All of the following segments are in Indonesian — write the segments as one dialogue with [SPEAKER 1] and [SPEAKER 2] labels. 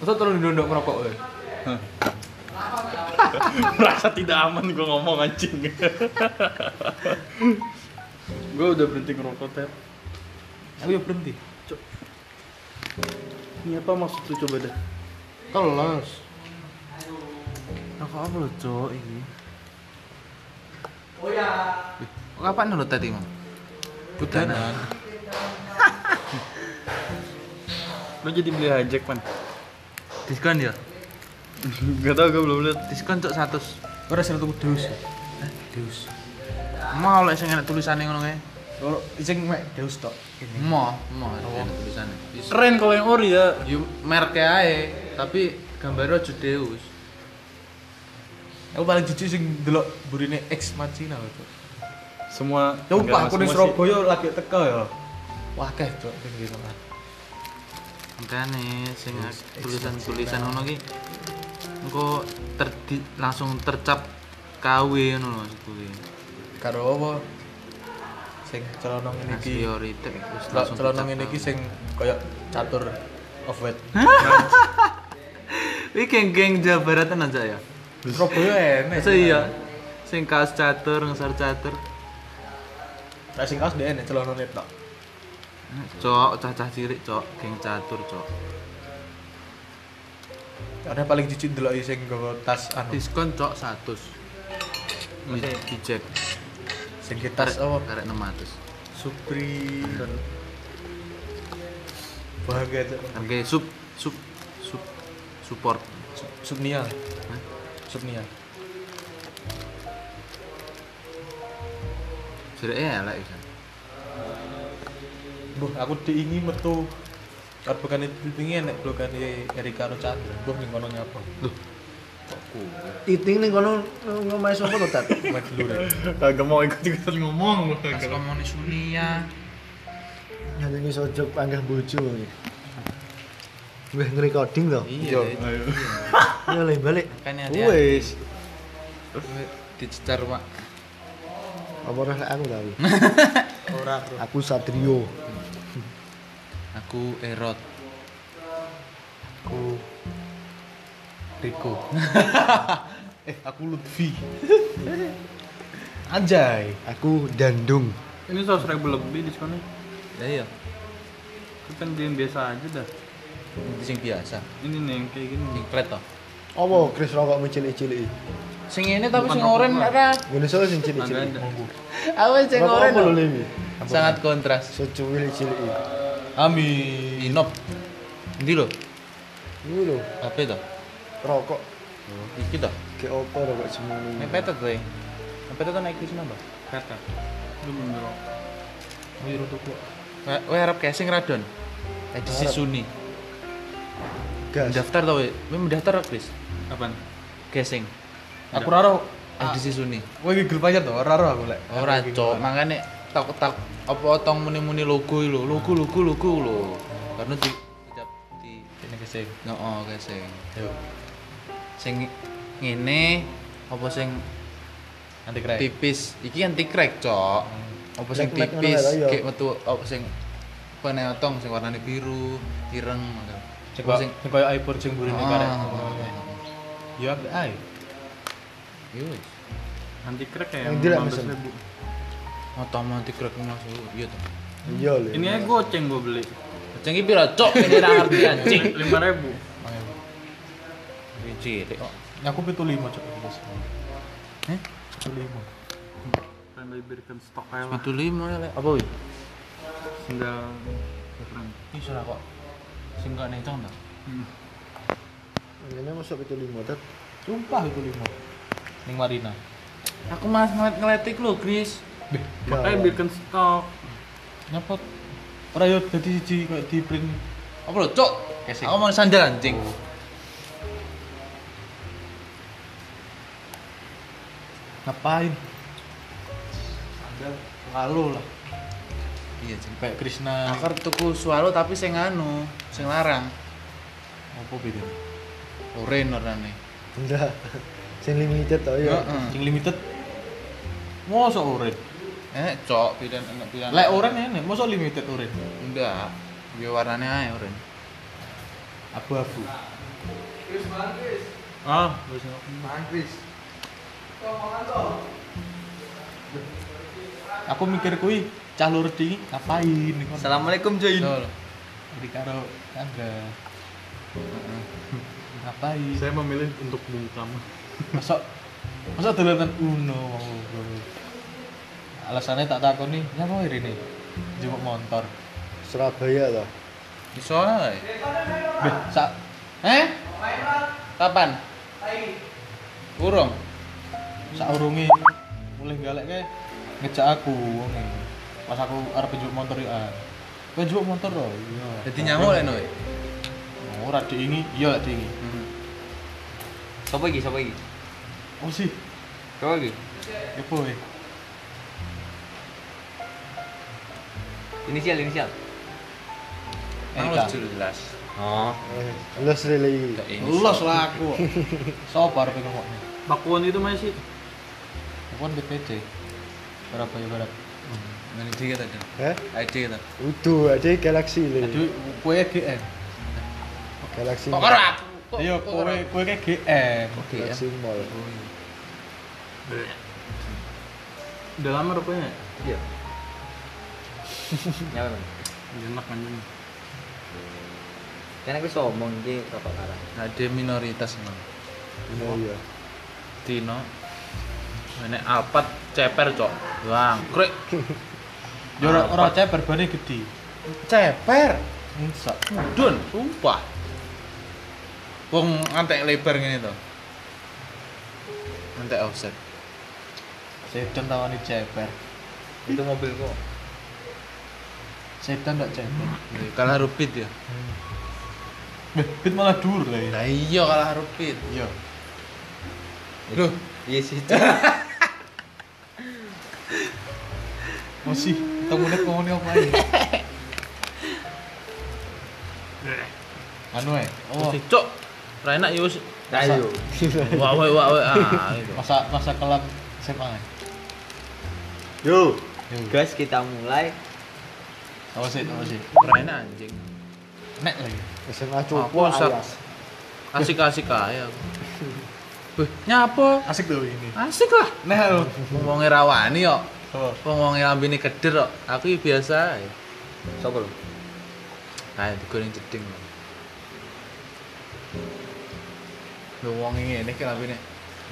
[SPEAKER 1] Masa terus duduk ngerokok lu?
[SPEAKER 2] Merasa tidak aman gue ngomong anjing. gue udah berhenti ngerokok tep.
[SPEAKER 1] Aku ya berhenti.
[SPEAKER 2] Ini apa maksud lu coba dah?
[SPEAKER 1] Telas.
[SPEAKER 2] Apa apa lo cok ini?
[SPEAKER 1] Oh, Kapan lu tadi, Mang? Udah.
[SPEAKER 2] Lo jadi beli hijack man?
[SPEAKER 1] Diskon ya?
[SPEAKER 2] Gak tau gue belum liat.
[SPEAKER 1] Diskon cok 100. Ora 100 dus. Hah, dus. Mau lek sing enak tulisane ngono kae.
[SPEAKER 3] Oh, sing mek Deus tok. Oh. Gini.
[SPEAKER 1] Mau, mau enak tulisane. Is-
[SPEAKER 2] Keren kalau yang ori ya.
[SPEAKER 1] Yo merke ae, tapi gambarnya ojo Deus.
[SPEAKER 3] Aku paling jujur sing delok burine ex machina lho, Cuk.
[SPEAKER 2] Semua.
[SPEAKER 3] Sumpah
[SPEAKER 2] enggak,
[SPEAKER 3] aku ning
[SPEAKER 2] semua sih.
[SPEAKER 3] Surabaya lagi teko ya. Wah, akeh, Cuk, sing gitu.
[SPEAKER 1] Makane sing tulisan-tulisan ngono ki engko terdi- langsung tercap KW ngono lho maksudku ki.
[SPEAKER 3] Karo apa? Sing celana ngene iki.
[SPEAKER 1] Priorite Iya, wis
[SPEAKER 3] Celana-
[SPEAKER 1] langsung
[SPEAKER 3] Celana
[SPEAKER 1] tercap
[SPEAKER 3] ngene iki
[SPEAKER 1] KW.
[SPEAKER 3] sing koyo catur off white.
[SPEAKER 1] Iki geng-geng Jawa Barat
[SPEAKER 3] Iya.
[SPEAKER 1] aja ya.
[SPEAKER 3] Surabaya enek.
[SPEAKER 1] Masa iya sing kaos catur, ngesor catur.
[SPEAKER 3] Nah, sing kaos dhewe enek celana tok.
[SPEAKER 1] Cok, cacah cilik cok, geng catur cok.
[SPEAKER 3] Karena paling jijik delok iki sing nggawa tas anu.
[SPEAKER 1] Diskon cok 100. Wis dicek.
[SPEAKER 3] Sing ki tas apa?
[SPEAKER 1] Karek 600.
[SPEAKER 3] Supri. Bahagia Cuk.
[SPEAKER 1] Harga sub sub sub support.
[SPEAKER 3] Sup- Supnia.
[SPEAKER 1] Hah?
[SPEAKER 3] Supnia.
[SPEAKER 1] Jereke elek iki.
[SPEAKER 3] Duh, aku diingi metu Arbukane Blipingi enek blokane Erika karo Chandra. Duh, ning kono nyapa.
[SPEAKER 4] Titing ning kono eh, ngomai sapa to, Tat?
[SPEAKER 3] Main ya. dulu deh.
[SPEAKER 2] Kagak mau ikut-ikutan ngomong.
[SPEAKER 1] Komune Sunia.
[SPEAKER 4] Nyanyi wis ojo panggah bojo iki. Wis ngerecording to.
[SPEAKER 1] Iya.
[SPEAKER 2] Ayo.
[SPEAKER 4] Ya oleh balik.
[SPEAKER 1] Kan ada
[SPEAKER 2] Wes.
[SPEAKER 1] dicecar Pak.
[SPEAKER 4] Apa ora lek aku tapi.
[SPEAKER 3] Ora.
[SPEAKER 4] Aku Satrio.
[SPEAKER 1] Aku erot.
[SPEAKER 3] Aku Riko. eh, aku Lutfi. Anjay.
[SPEAKER 4] Aku Dandung.
[SPEAKER 2] Ini 100 ribu lebih diskonnya.
[SPEAKER 1] Ya iya,
[SPEAKER 2] Kita yang kan biasa aja dah.
[SPEAKER 1] itu sing biasa.
[SPEAKER 2] Ini nih yang kayak gini.
[SPEAKER 1] Sing flat toh.
[SPEAKER 4] Apa Kris rokok cilik-cilik?
[SPEAKER 1] Sing ini tapi sing oren ora.
[SPEAKER 4] Ngene sore sing cilik-cilik.
[SPEAKER 1] Aku sing
[SPEAKER 4] Rokok
[SPEAKER 1] oren
[SPEAKER 4] apa lho
[SPEAKER 1] lho.
[SPEAKER 4] iki?
[SPEAKER 1] sangat kontras.
[SPEAKER 4] Secuil cilik.
[SPEAKER 1] Amin. Inop. Ndi lho?
[SPEAKER 4] Iku lho,
[SPEAKER 1] HP toh.
[SPEAKER 4] rokok
[SPEAKER 1] Iki toh.
[SPEAKER 4] ke opo rokok semono.
[SPEAKER 1] Nek petet kowe. Nek petet naik iki napa?
[SPEAKER 2] Kata. ya. Lu belum ngerokok.
[SPEAKER 3] Wiru tuku.
[SPEAKER 1] Kowe arep casing Radon. Edisi Suni.
[SPEAKER 4] Gas.
[SPEAKER 1] Mendaftar tau kowe? Kowe mendaftar ora, Chris?
[SPEAKER 2] Apaan?
[SPEAKER 1] Casing.
[SPEAKER 3] Aku raro.
[SPEAKER 1] Edisi Suni.
[SPEAKER 3] Kowe iki gelem aja to, raro aku lek.
[SPEAKER 1] Ora, Oh, Cok. Mangane tak tak apa otong muni-muni logo iki lho. Logo logo logo lho. Karena di setiap di
[SPEAKER 3] Ini kesing.
[SPEAKER 1] no oh, casing.
[SPEAKER 3] Yo.
[SPEAKER 1] Sing ngene apa sing
[SPEAKER 3] Nanti keren.
[SPEAKER 1] tipis. Iki anti crack, Cok. Apa sing
[SPEAKER 4] Crack-crack ngono
[SPEAKER 1] tipis,
[SPEAKER 4] lho, iya.
[SPEAKER 1] kayak metu apa sing apa nek otong sing warnane biru, ireng mangkel.
[SPEAKER 3] Sing
[SPEAKER 1] Apa sing Ah.
[SPEAKER 3] sing koyo aipur sing burine karek. Yo, ae.
[SPEAKER 1] Yo Iya, wis.
[SPEAKER 2] Anti crack ya.
[SPEAKER 4] Yang dilek
[SPEAKER 2] 15
[SPEAKER 4] mesen.
[SPEAKER 2] ribu.
[SPEAKER 1] Otoma anti Oh, crack langsung iya to.
[SPEAKER 4] Iya lho.
[SPEAKER 2] Ini aja goceng gue beli. Eh,
[SPEAKER 1] Ceng iki pira cok ini ra ngerti anjing.
[SPEAKER 2] Lima ribu.
[SPEAKER 1] Iki cilik kok.
[SPEAKER 3] Aku 75 cok.
[SPEAKER 1] Heh?
[SPEAKER 3] 75.
[SPEAKER 2] Friendly Birkenstock aja lah.
[SPEAKER 1] 75 ya, lek. Apa wih?
[SPEAKER 2] Sendal. Keren.
[SPEAKER 1] Iki surah kok. Sing kok necong to.
[SPEAKER 2] Hmm.
[SPEAKER 4] Ngene masuk 75 tet.
[SPEAKER 3] Sumpah itu lima. Ning Marina.
[SPEAKER 1] Aku malas ngelet-ngeletik lho, Gris.
[SPEAKER 2] Makanya Birkenstock.
[SPEAKER 3] Nyepot. Ora yo dadi siji koyo di print.
[SPEAKER 1] Apa lho, cok? Aku mau sandal anjing.
[SPEAKER 3] Oh, Ngapain? Lalu lah.
[SPEAKER 1] Iya, ceng.
[SPEAKER 3] Kayak Krishna.
[SPEAKER 1] Aku arep tuku swalo tapi sing anu, sing larang.
[SPEAKER 3] Apa beda?
[SPEAKER 1] Oren warnane.
[SPEAKER 4] Enggak. Sing limited to ya.
[SPEAKER 1] Heeh.
[SPEAKER 3] Sing limited. Mosok oren.
[SPEAKER 1] Eh, cok, pilihan enak pilihan.
[SPEAKER 3] Lek oren enek, mosok limited oren.
[SPEAKER 1] enggak. Yo warnane ae oren.
[SPEAKER 3] Abu-abu.
[SPEAKER 2] Ah, wis ngono.
[SPEAKER 4] Manggris.
[SPEAKER 3] Aku mikir kui cah lur di ngapain iku.
[SPEAKER 5] Assalamualaikum Join.
[SPEAKER 3] Betul. Jadi karo tangga. Heeh. Ngapain?
[SPEAKER 2] Saya memilih untuk bungkam.
[SPEAKER 3] Masuk masuk dolanan Uno. Alasannya tak takon nih, nyapa hari ini? Jemput motor.
[SPEAKER 4] Surabaya toh.
[SPEAKER 3] Iso ae. Beh, sa Eh? Kapan? Urung. Sak urunge mulih galekke ngejak aku ngene. Pas aku arep njuk motor ya. ah. Kowe njuk motor to? Iya. "Oh,
[SPEAKER 5] Jadi nyamuk lek noe.
[SPEAKER 3] Ora diingi, iya lek diingi.
[SPEAKER 1] Hmm.
[SPEAKER 5] Sopo iki? Sopo iki?
[SPEAKER 3] Oh sih,
[SPEAKER 5] Sopo iki?
[SPEAKER 3] ya boy.
[SPEAKER 5] Inisial inisial.
[SPEAKER 1] Eh,
[SPEAKER 3] Eka.
[SPEAKER 5] jelas. Oh.
[SPEAKER 4] Los relay.
[SPEAKER 3] Los lah aku. Sopo arep ngomongnya?
[SPEAKER 2] Pakuan itu masih
[SPEAKER 3] Aku kan BPC. Surabaya Barat.
[SPEAKER 5] Ngene iki kita. Jon.
[SPEAKER 4] Hah?
[SPEAKER 5] ID kita.
[SPEAKER 4] Udu, ada Galaxy
[SPEAKER 3] Aduh,
[SPEAKER 4] lho.
[SPEAKER 3] kowe GM.
[SPEAKER 4] Galaxy.
[SPEAKER 5] Kok karo aku? Kok-
[SPEAKER 3] Iya,
[SPEAKER 5] kok
[SPEAKER 3] kowe
[SPEAKER 5] karo
[SPEAKER 3] kowe kayak GM.
[SPEAKER 5] Oke ya.
[SPEAKER 4] Galaxy Mall.
[SPEAKER 2] udah lama rupanya. ya?
[SPEAKER 5] Iya. Nyamuk. Bang.
[SPEAKER 2] Enak anjing.
[SPEAKER 5] Eh, Kan aku somong iki rokok karang.
[SPEAKER 1] ada minoritas emang
[SPEAKER 4] Iya iya.
[SPEAKER 1] Tino ini alpat ceper cok jangkrik
[SPEAKER 3] Yo ora ora ceper bane gede.
[SPEAKER 1] ceper
[SPEAKER 3] Ensak.
[SPEAKER 1] mudun sumpah wong antek lebar ngene to antek offset
[SPEAKER 3] Sedan tawani ceper.
[SPEAKER 5] Itu mobilku.
[SPEAKER 3] Sedan ndak ceper.
[SPEAKER 1] kalah rupit ya
[SPEAKER 3] Beh, Bit malah dur lah ya.
[SPEAKER 1] nah iya kalah rupit
[SPEAKER 3] Iya.
[SPEAKER 1] Loh.
[SPEAKER 5] Iya sih.
[SPEAKER 3] Masih temune ngomongin apa ya? Anu eh. Oh,
[SPEAKER 1] oh. cok ra enak yo wis.
[SPEAKER 5] Ayo.
[SPEAKER 1] wah wah wah wah ah gitu
[SPEAKER 3] masa masa kelam SMA. eh?
[SPEAKER 5] Yo.
[SPEAKER 3] Yo.
[SPEAKER 5] Guys, kita mulai.
[SPEAKER 3] Tahu sih, tahu sih.
[SPEAKER 1] ra enak anjing
[SPEAKER 3] Nek lagi.
[SPEAKER 4] SMA
[SPEAKER 1] Aku
[SPEAKER 4] cukup
[SPEAKER 1] sab-
[SPEAKER 4] ayas.
[SPEAKER 1] asik-asik aja aku Beh, nyapa
[SPEAKER 3] Asik tuh ini.
[SPEAKER 1] asik lah
[SPEAKER 3] Nek lo.
[SPEAKER 1] ngomongnya rawani kok
[SPEAKER 3] Oh.
[SPEAKER 1] ngomongnya lambini keder kok aku ya biasa ae.
[SPEAKER 5] Sopo lu?
[SPEAKER 1] Ayo digoreng jeding. Lho wong ngene iki labine.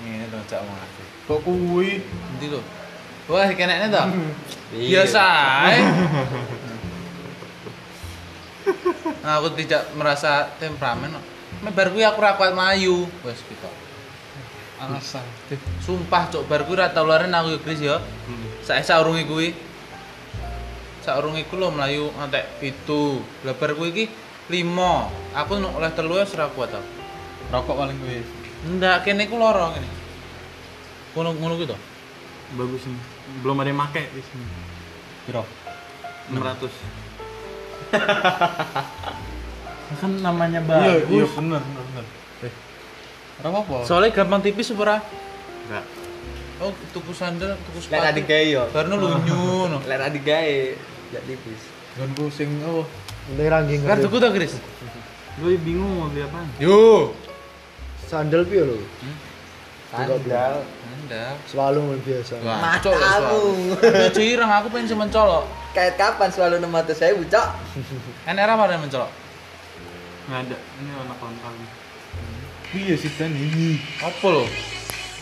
[SPEAKER 1] Ngene to cak wong ati.
[SPEAKER 3] Kok kuwi?
[SPEAKER 1] Endi lho? Wah, kenekne to?
[SPEAKER 5] Iya.
[SPEAKER 1] Biasa ae. Nah, aku tidak merasa temperamen kok. Mebar kuwi aku ra kuat mlayu. Wes gitu.
[SPEAKER 3] Alasan.
[SPEAKER 1] Sumpah cok bar kuwi ra tau laren aku ya, Chris ya.
[SPEAKER 5] Hmm.
[SPEAKER 1] Sae saurunge kuwi. Saurunge ku lho mlayu antek 7. Lah bar kuwi iki 5. Aku nek oleh telu wis ra kuat aku.
[SPEAKER 3] Rokok paling kuwi.
[SPEAKER 1] Ndak, kene ku loro kene. Ngono ngono ku to.
[SPEAKER 2] Bagus ini. Belum ada yang make di
[SPEAKER 3] Hmm.
[SPEAKER 2] sini.
[SPEAKER 3] Piro?
[SPEAKER 2] 600. kan namanya
[SPEAKER 3] Iya,
[SPEAKER 2] bagus.
[SPEAKER 3] iya bener, bener, bener. Eh. Ora apa-apa.
[SPEAKER 5] Oh.
[SPEAKER 1] Soalnya gampang tipis apa ora?
[SPEAKER 2] Enggak.
[SPEAKER 1] Oh, tuku sandal, tuku
[SPEAKER 5] Lek tak
[SPEAKER 1] sepatu.
[SPEAKER 5] digawe yo.
[SPEAKER 1] Barno lunyu no.
[SPEAKER 5] Lek tak digawe ya tipis.
[SPEAKER 3] Nggonku sing oh,
[SPEAKER 4] Ini ranking
[SPEAKER 1] Bar tuku to,
[SPEAKER 4] ngerti.
[SPEAKER 1] Kris?
[SPEAKER 2] Gue bingung mau beli apaan.
[SPEAKER 3] Iya.
[SPEAKER 1] Yo.
[SPEAKER 4] Sandal piye lho?
[SPEAKER 5] Sandal.
[SPEAKER 1] Ndak.
[SPEAKER 4] Selalu biasa.
[SPEAKER 1] Cok lho,
[SPEAKER 5] Matamu.
[SPEAKER 1] Cok. Yo jireng aku pengen sing mencolok.
[SPEAKER 5] Kait kapan selalu nemat saya bucok?
[SPEAKER 1] Enak ra panen mencolok.
[SPEAKER 2] Enggak ada. Ini anak kontrak.
[SPEAKER 3] piye sih iya, dan ini?
[SPEAKER 1] Apa lho?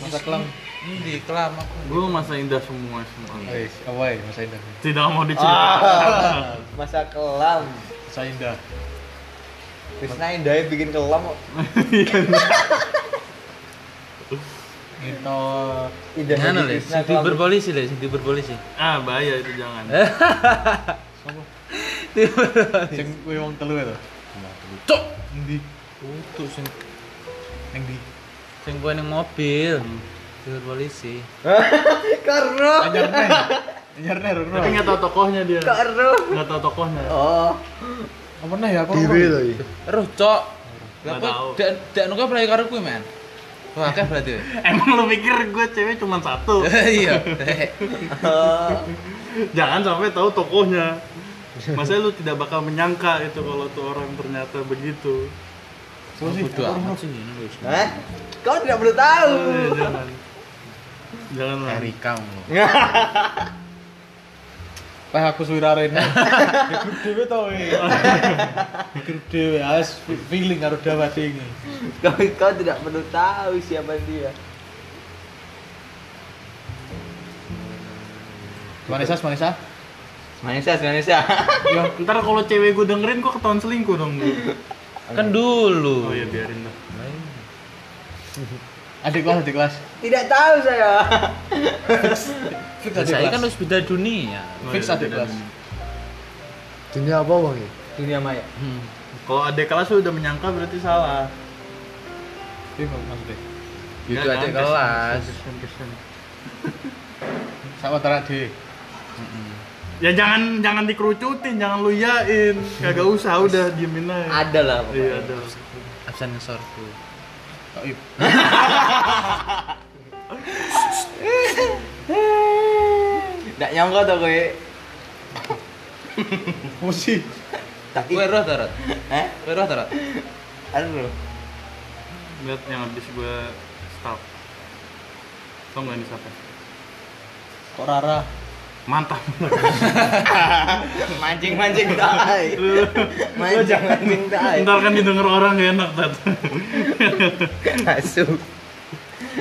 [SPEAKER 3] Masa kelam.
[SPEAKER 1] Endi kelam aku.
[SPEAKER 2] Gue masa indah semua
[SPEAKER 5] Iya.
[SPEAKER 2] semua.
[SPEAKER 3] Wes, awai ya, Mas Indah.
[SPEAKER 2] Tidak mau
[SPEAKER 3] Ah.
[SPEAKER 2] diceritakan.
[SPEAKER 5] Masa kelam.
[SPEAKER 3] Mas Indah.
[SPEAKER 5] Krisna Indahnya bikin kelam kok.
[SPEAKER 3] Itu
[SPEAKER 5] Indahnya
[SPEAKER 1] Ngono lho,
[SPEAKER 5] di Krisna
[SPEAKER 1] sing
[SPEAKER 5] kelam.
[SPEAKER 1] diberpolisi lho, sing diberpolisi.
[SPEAKER 2] Ah, bahaya itu jangan.
[SPEAKER 3] Eh? sing kuwi wong telu ya itu.
[SPEAKER 1] Cok.
[SPEAKER 3] Endi?
[SPEAKER 1] Utuk sing
[SPEAKER 3] Ning ndi?
[SPEAKER 1] sing kowe ning mobil.
[SPEAKER 3] Hmm.
[SPEAKER 1] Diberpolisi.
[SPEAKER 5] Karo.
[SPEAKER 3] Anyar ner. Anyar ner ora.
[SPEAKER 2] Tapi nggak tahu tokohnya dia.
[SPEAKER 5] Karo.
[SPEAKER 2] Nggak tahu tokohnya.
[SPEAKER 5] Oh.
[SPEAKER 3] Apa nih ya? Apa?
[SPEAKER 4] Dewe lho iki.
[SPEAKER 1] Roh, Cok. Lah
[SPEAKER 2] Nggak
[SPEAKER 1] kok
[SPEAKER 2] tahu.
[SPEAKER 1] dak dak nunggu apa lagi karo kuwi, men? Wah, akeh berarti. we.
[SPEAKER 2] Emang lu pikir gue cewek cuma satu?
[SPEAKER 1] Iya.
[SPEAKER 2] Jangan sampai tahu tokohnya. Masa lu tidak bakal menyangka itu kalau tuh orang ternyata begitu.
[SPEAKER 1] Bodoh amat.
[SPEAKER 5] Hah? Kau tidak boleh tahu.
[SPEAKER 2] Eh, jangan jangan lah
[SPEAKER 1] Dari kamu.
[SPEAKER 3] Peh aku suwira rene. Di grup dhewe to we. Di grup dhewe as feeling karo dawa ini.
[SPEAKER 5] Kau, kau tidak perlu tahu siapa dia.
[SPEAKER 3] Manisa, Manisa.
[SPEAKER 5] Manisya, Manisya.
[SPEAKER 2] Ya, ntar kalau cewek gue dengerin gue ketahuan selingkuh dong gue
[SPEAKER 1] Kan dulu.
[SPEAKER 2] oh ya biarin lah
[SPEAKER 3] Adik kelas, adik kelas.
[SPEAKER 5] Tidak tahu saya.
[SPEAKER 3] Fix
[SPEAKER 1] Dan
[SPEAKER 3] adik
[SPEAKER 1] saya kan
[SPEAKER 3] kelas.
[SPEAKER 1] harus beda dunia.
[SPEAKER 3] Fix
[SPEAKER 2] Oh, iya,
[SPEAKER 3] adik
[SPEAKER 2] beda
[SPEAKER 3] kelas.
[SPEAKER 2] dunia.
[SPEAKER 4] Dunia apa bang ya?
[SPEAKER 5] Dunia maya.
[SPEAKER 1] Hmm.
[SPEAKER 2] kalau adik kelas lu udah menyangka berarti salah
[SPEAKER 3] Bingung maksudnya.
[SPEAKER 1] Itu
[SPEAKER 2] Nggak,
[SPEAKER 1] adik
[SPEAKER 2] kan?
[SPEAKER 1] kelas.
[SPEAKER 3] Sama tarak dhewe.
[SPEAKER 2] ya jangan jangan dikerucutin jangan lu yain kagak usah udah diemin aja
[SPEAKER 5] Ada lah
[SPEAKER 2] iya
[SPEAKER 5] pokoknya.
[SPEAKER 2] ada
[SPEAKER 1] Absen ngesorku.
[SPEAKER 3] Tok yuk.
[SPEAKER 5] Tidak nyangka tuh gue.
[SPEAKER 3] Musi.
[SPEAKER 5] Tapi,
[SPEAKER 1] Kue roh tarot.
[SPEAKER 5] eh,
[SPEAKER 1] Kue roh tarot.
[SPEAKER 5] aduh.
[SPEAKER 2] lihat yang habis gue stop tau nggak ini siapa
[SPEAKER 3] Kok rara.
[SPEAKER 2] mantap
[SPEAKER 5] Mancing mancing tai. Mancing mancing tai.
[SPEAKER 2] ntar kan didengar orang gak enak tat
[SPEAKER 5] Asu.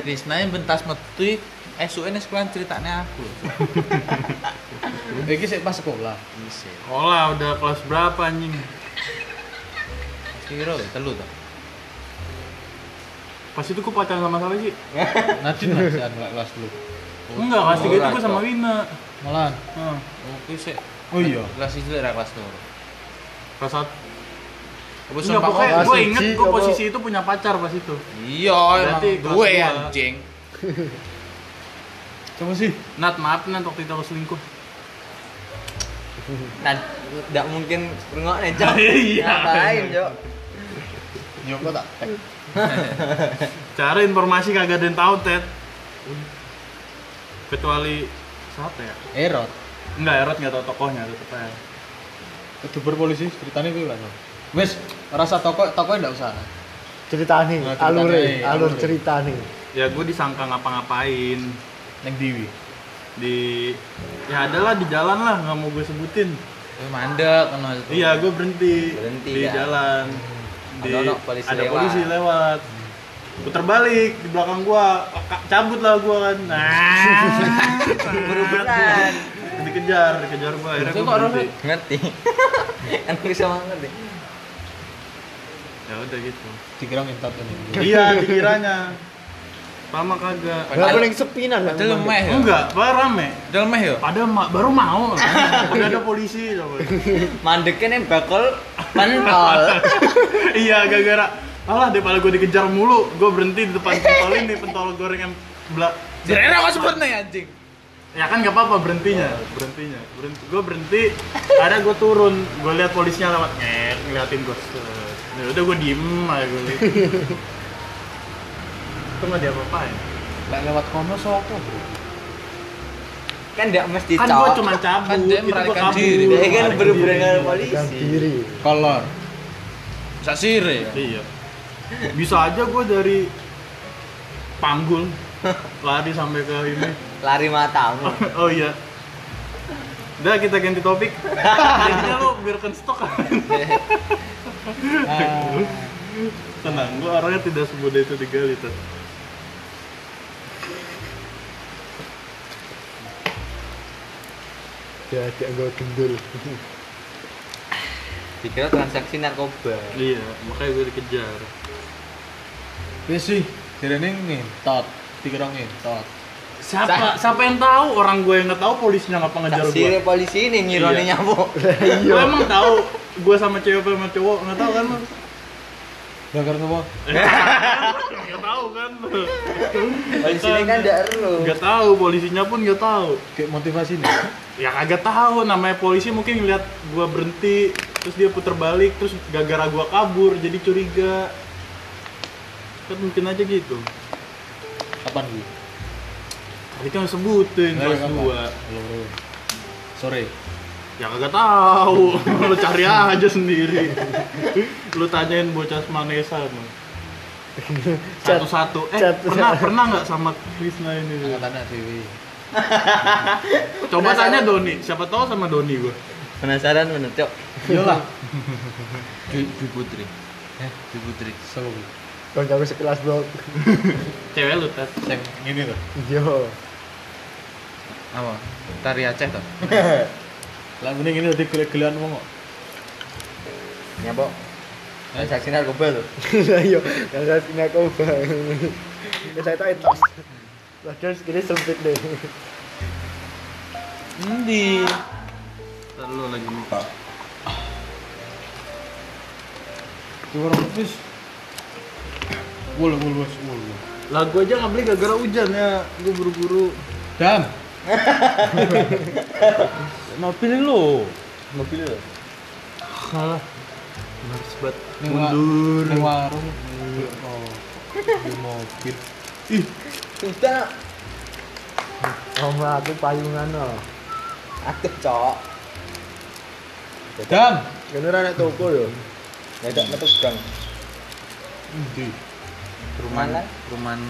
[SPEAKER 1] Krisna yang bentas metu SUN sekolah ceritanya aku.
[SPEAKER 3] Iki sik pas sekolah.
[SPEAKER 2] olah udah kelas berapa anjing
[SPEAKER 1] Kira telu tuh.
[SPEAKER 2] pas itu gue pacaran sama siapa sih
[SPEAKER 3] Nadine lah sih anak anu, kelas dulu.
[SPEAKER 2] enggak kelas tiga itu gue sama Wina
[SPEAKER 3] Malahan.
[SPEAKER 2] Hah.
[SPEAKER 1] Oh, kuwi sik
[SPEAKER 3] Oh iya.
[SPEAKER 1] kelas iki ra kelas loro.
[SPEAKER 2] kelas satu
[SPEAKER 1] Apa
[SPEAKER 2] Enggak,
[SPEAKER 1] sumpah
[SPEAKER 2] Iya, pokoknya
[SPEAKER 1] kok?
[SPEAKER 2] gue
[SPEAKER 4] siji,
[SPEAKER 2] inget gue
[SPEAKER 4] apa-
[SPEAKER 2] posisi itu punya pacar pas itu
[SPEAKER 1] Iya, emang
[SPEAKER 2] Berarti kelas
[SPEAKER 1] duwe
[SPEAKER 2] dua.
[SPEAKER 1] anjing.
[SPEAKER 3] Coba sih.
[SPEAKER 2] Nat, maaf Nat, waktu itu aku selingkuh
[SPEAKER 5] Nah, tidak mungkin rungok nih cok.
[SPEAKER 2] Iya.
[SPEAKER 5] Ngapain cok?
[SPEAKER 3] Yo kok tak tag.
[SPEAKER 2] Cara informasi kagak ada yang tahu, Ted. Kecuali siapa ya?
[SPEAKER 3] Erot.
[SPEAKER 2] Enggak, Erot nggak tahu tokohnya tetep aja.
[SPEAKER 3] Keduber polisi ceritanya piye Mas? Wis, rasa toko tokoe ndak usah.
[SPEAKER 4] Ceritane,
[SPEAKER 3] Nah, ceritane,
[SPEAKER 4] alure, alur
[SPEAKER 3] alure.
[SPEAKER 4] ceritane.
[SPEAKER 2] Ya gue disangka ngapa-ngapain
[SPEAKER 3] Neng Dewi.
[SPEAKER 2] di ya adalah di jalan lah nggak mau gue sebutin.
[SPEAKER 1] Kowe mandek ngono.
[SPEAKER 2] Iya, gue berhenti,
[SPEAKER 5] Oh, Berhenti,
[SPEAKER 2] di
[SPEAKER 5] ya.
[SPEAKER 2] jalan. Di,
[SPEAKER 5] Ada- ada polisi
[SPEAKER 2] ada
[SPEAKER 5] lewat. Hmm.
[SPEAKER 2] polisi lewat. Puter balik di belakang gua, Ka- cabut lah gua kan. Nah,
[SPEAKER 5] Beruberan.
[SPEAKER 2] dikejar, dikejar gua. Akhirnya
[SPEAKER 1] Itu
[SPEAKER 2] gue
[SPEAKER 1] kok harus-
[SPEAKER 2] berhenti.
[SPEAKER 5] Ngerti. Kan bisa ngerti.
[SPEAKER 2] Ya udah gitu.
[SPEAKER 3] Dikira ngentot ini.
[SPEAKER 2] iya dikiranya lama kagak
[SPEAKER 4] Lah paling sepinan lah.
[SPEAKER 1] Padahal
[SPEAKER 4] memang.
[SPEAKER 1] meh ya.
[SPEAKER 2] enggak padahal rame
[SPEAKER 1] Padahal meh ya.
[SPEAKER 2] padahal ma- baru mau udah ada polisi coba
[SPEAKER 5] Mandeknya nih bakul pentol.
[SPEAKER 2] iya gara-gara alah daripada gue dikejar mulu gue berhenti di depan pentol ini pentol goreng yang belak
[SPEAKER 1] Direna kok sebut nih anjing.
[SPEAKER 2] ya kan gak apa-apa berhentinya berhentinya berhenti gue berhenti ada gue turun gue lihat polisinya lewat ngek ngeliatin gue ya udah gue diem aja gue itu nggak diapa-apain
[SPEAKER 3] Lek lewat kono sapa, Bro?
[SPEAKER 5] Kan tidak mesti
[SPEAKER 2] kan
[SPEAKER 5] cok.
[SPEAKER 2] gue cuma cabut
[SPEAKER 1] Kan dia
[SPEAKER 2] itu gua
[SPEAKER 1] melarikan
[SPEAKER 2] kabur.
[SPEAKER 1] diri.
[SPEAKER 5] Dia kan
[SPEAKER 2] Melarikan diri.
[SPEAKER 5] beruberan dengan
[SPEAKER 4] Pegang
[SPEAKER 5] polisi.
[SPEAKER 4] diri.
[SPEAKER 3] Kolor.
[SPEAKER 1] Sak sire ya.
[SPEAKER 2] Iya. Bisa aja gue dari panggul lari sampai ke ini.
[SPEAKER 5] Lari matamu.
[SPEAKER 2] Oh iya. Udah kita ganti topik. Jadinya lu biarkan stok
[SPEAKER 3] Ah.
[SPEAKER 2] Tenang, gue orangnya tidak semudah itu digali tuh.
[SPEAKER 4] Ya, dia gue gendul.
[SPEAKER 5] Dikira transaksi narkoba.
[SPEAKER 2] Iya, makanya gue dikejar.
[SPEAKER 3] Wis sih, direne ngentot. Dikira ngentot.
[SPEAKER 2] Siapa siapa yang tahu orang gue yang nggak tahu polisinya ngapa ngejar gue?
[SPEAKER 5] Tak sire polisi ini ngirone
[SPEAKER 2] Iya.
[SPEAKER 5] nyamuk.
[SPEAKER 2] Gue emang tahu gue sama cewek apa sama cowok nggak tahu kan lu?
[SPEAKER 3] Lah karo sapa?
[SPEAKER 2] Nggak tahu kan?
[SPEAKER 5] Polisi ini kan ndak ero.
[SPEAKER 2] Nggak tahu polisinya pun nggak tahu.
[SPEAKER 3] Kayak motivasi nih.
[SPEAKER 2] ya kagak tahu namanya polisi mungkin ngeliat gua berhenti terus dia puter balik terus gara-gara gua kabur jadi curiga kan mungkin aja gitu
[SPEAKER 3] Kapan gue?
[SPEAKER 2] tadi kan sebutin
[SPEAKER 3] Ayo,
[SPEAKER 2] kelas
[SPEAKER 3] kapan?
[SPEAKER 2] dua
[SPEAKER 3] Loro. Sore.
[SPEAKER 2] Ya kagak tahu. lu cari aja sendiri. lu tanyain bocah Manesa lu.
[SPEAKER 5] Chat.
[SPEAKER 2] Satu-satu. Eh,
[SPEAKER 5] Chat.
[SPEAKER 2] pernah pernah nggak sama Krisna
[SPEAKER 3] Iya.
[SPEAKER 2] ini?
[SPEAKER 3] Angkatan Dewi.
[SPEAKER 2] Coba tanya
[SPEAKER 5] Penasaran.
[SPEAKER 2] Doni, siapa tahu sama Doni gua.
[SPEAKER 5] Penasaran bener, Cok.
[SPEAKER 3] Iyalah.
[SPEAKER 1] Dwi, Dwi Putri. Eh, Dwi Putri.
[SPEAKER 3] Selalu.
[SPEAKER 4] Kalau kami sekelas blok.
[SPEAKER 2] Cewek lu, Tet.
[SPEAKER 3] Yang ini loh.
[SPEAKER 4] Yo.
[SPEAKER 1] Apa? Tari Aceh Ya, toh.
[SPEAKER 3] Lah mending ini udah gele-gelean wong kok.
[SPEAKER 5] Ya, Pok. Transaksi narkoba tuh.
[SPEAKER 4] Lah yo, yang saya punya kau Yang Ya, saya tahu etos. Lah terus gini sempit deh.
[SPEAKER 1] Endi?
[SPEAKER 2] Ntar lu lagi lupa.
[SPEAKER 3] Tuh orang terus. Wul wul wul wul. wul.
[SPEAKER 2] Lah gua aja nggak beli gara-gara hujan ya. Gua buru-buru.
[SPEAKER 3] Dam. Mobil lo.
[SPEAKER 5] Mobil tuh.
[SPEAKER 2] Salah. Harus buat
[SPEAKER 3] Ning wa-
[SPEAKER 2] mundur.
[SPEAKER 3] Ning warung. Oh. Di mobil.
[SPEAKER 5] Sudah
[SPEAKER 4] Oma aku payungan no.
[SPEAKER 5] oh. aktif, Cok.
[SPEAKER 3] Dam.
[SPEAKER 4] Kan ora nek toko yo.
[SPEAKER 5] Ya, Cok, metu gang.
[SPEAKER 3] Endi?
[SPEAKER 1] Ruman,
[SPEAKER 5] Mana?
[SPEAKER 1] ruman,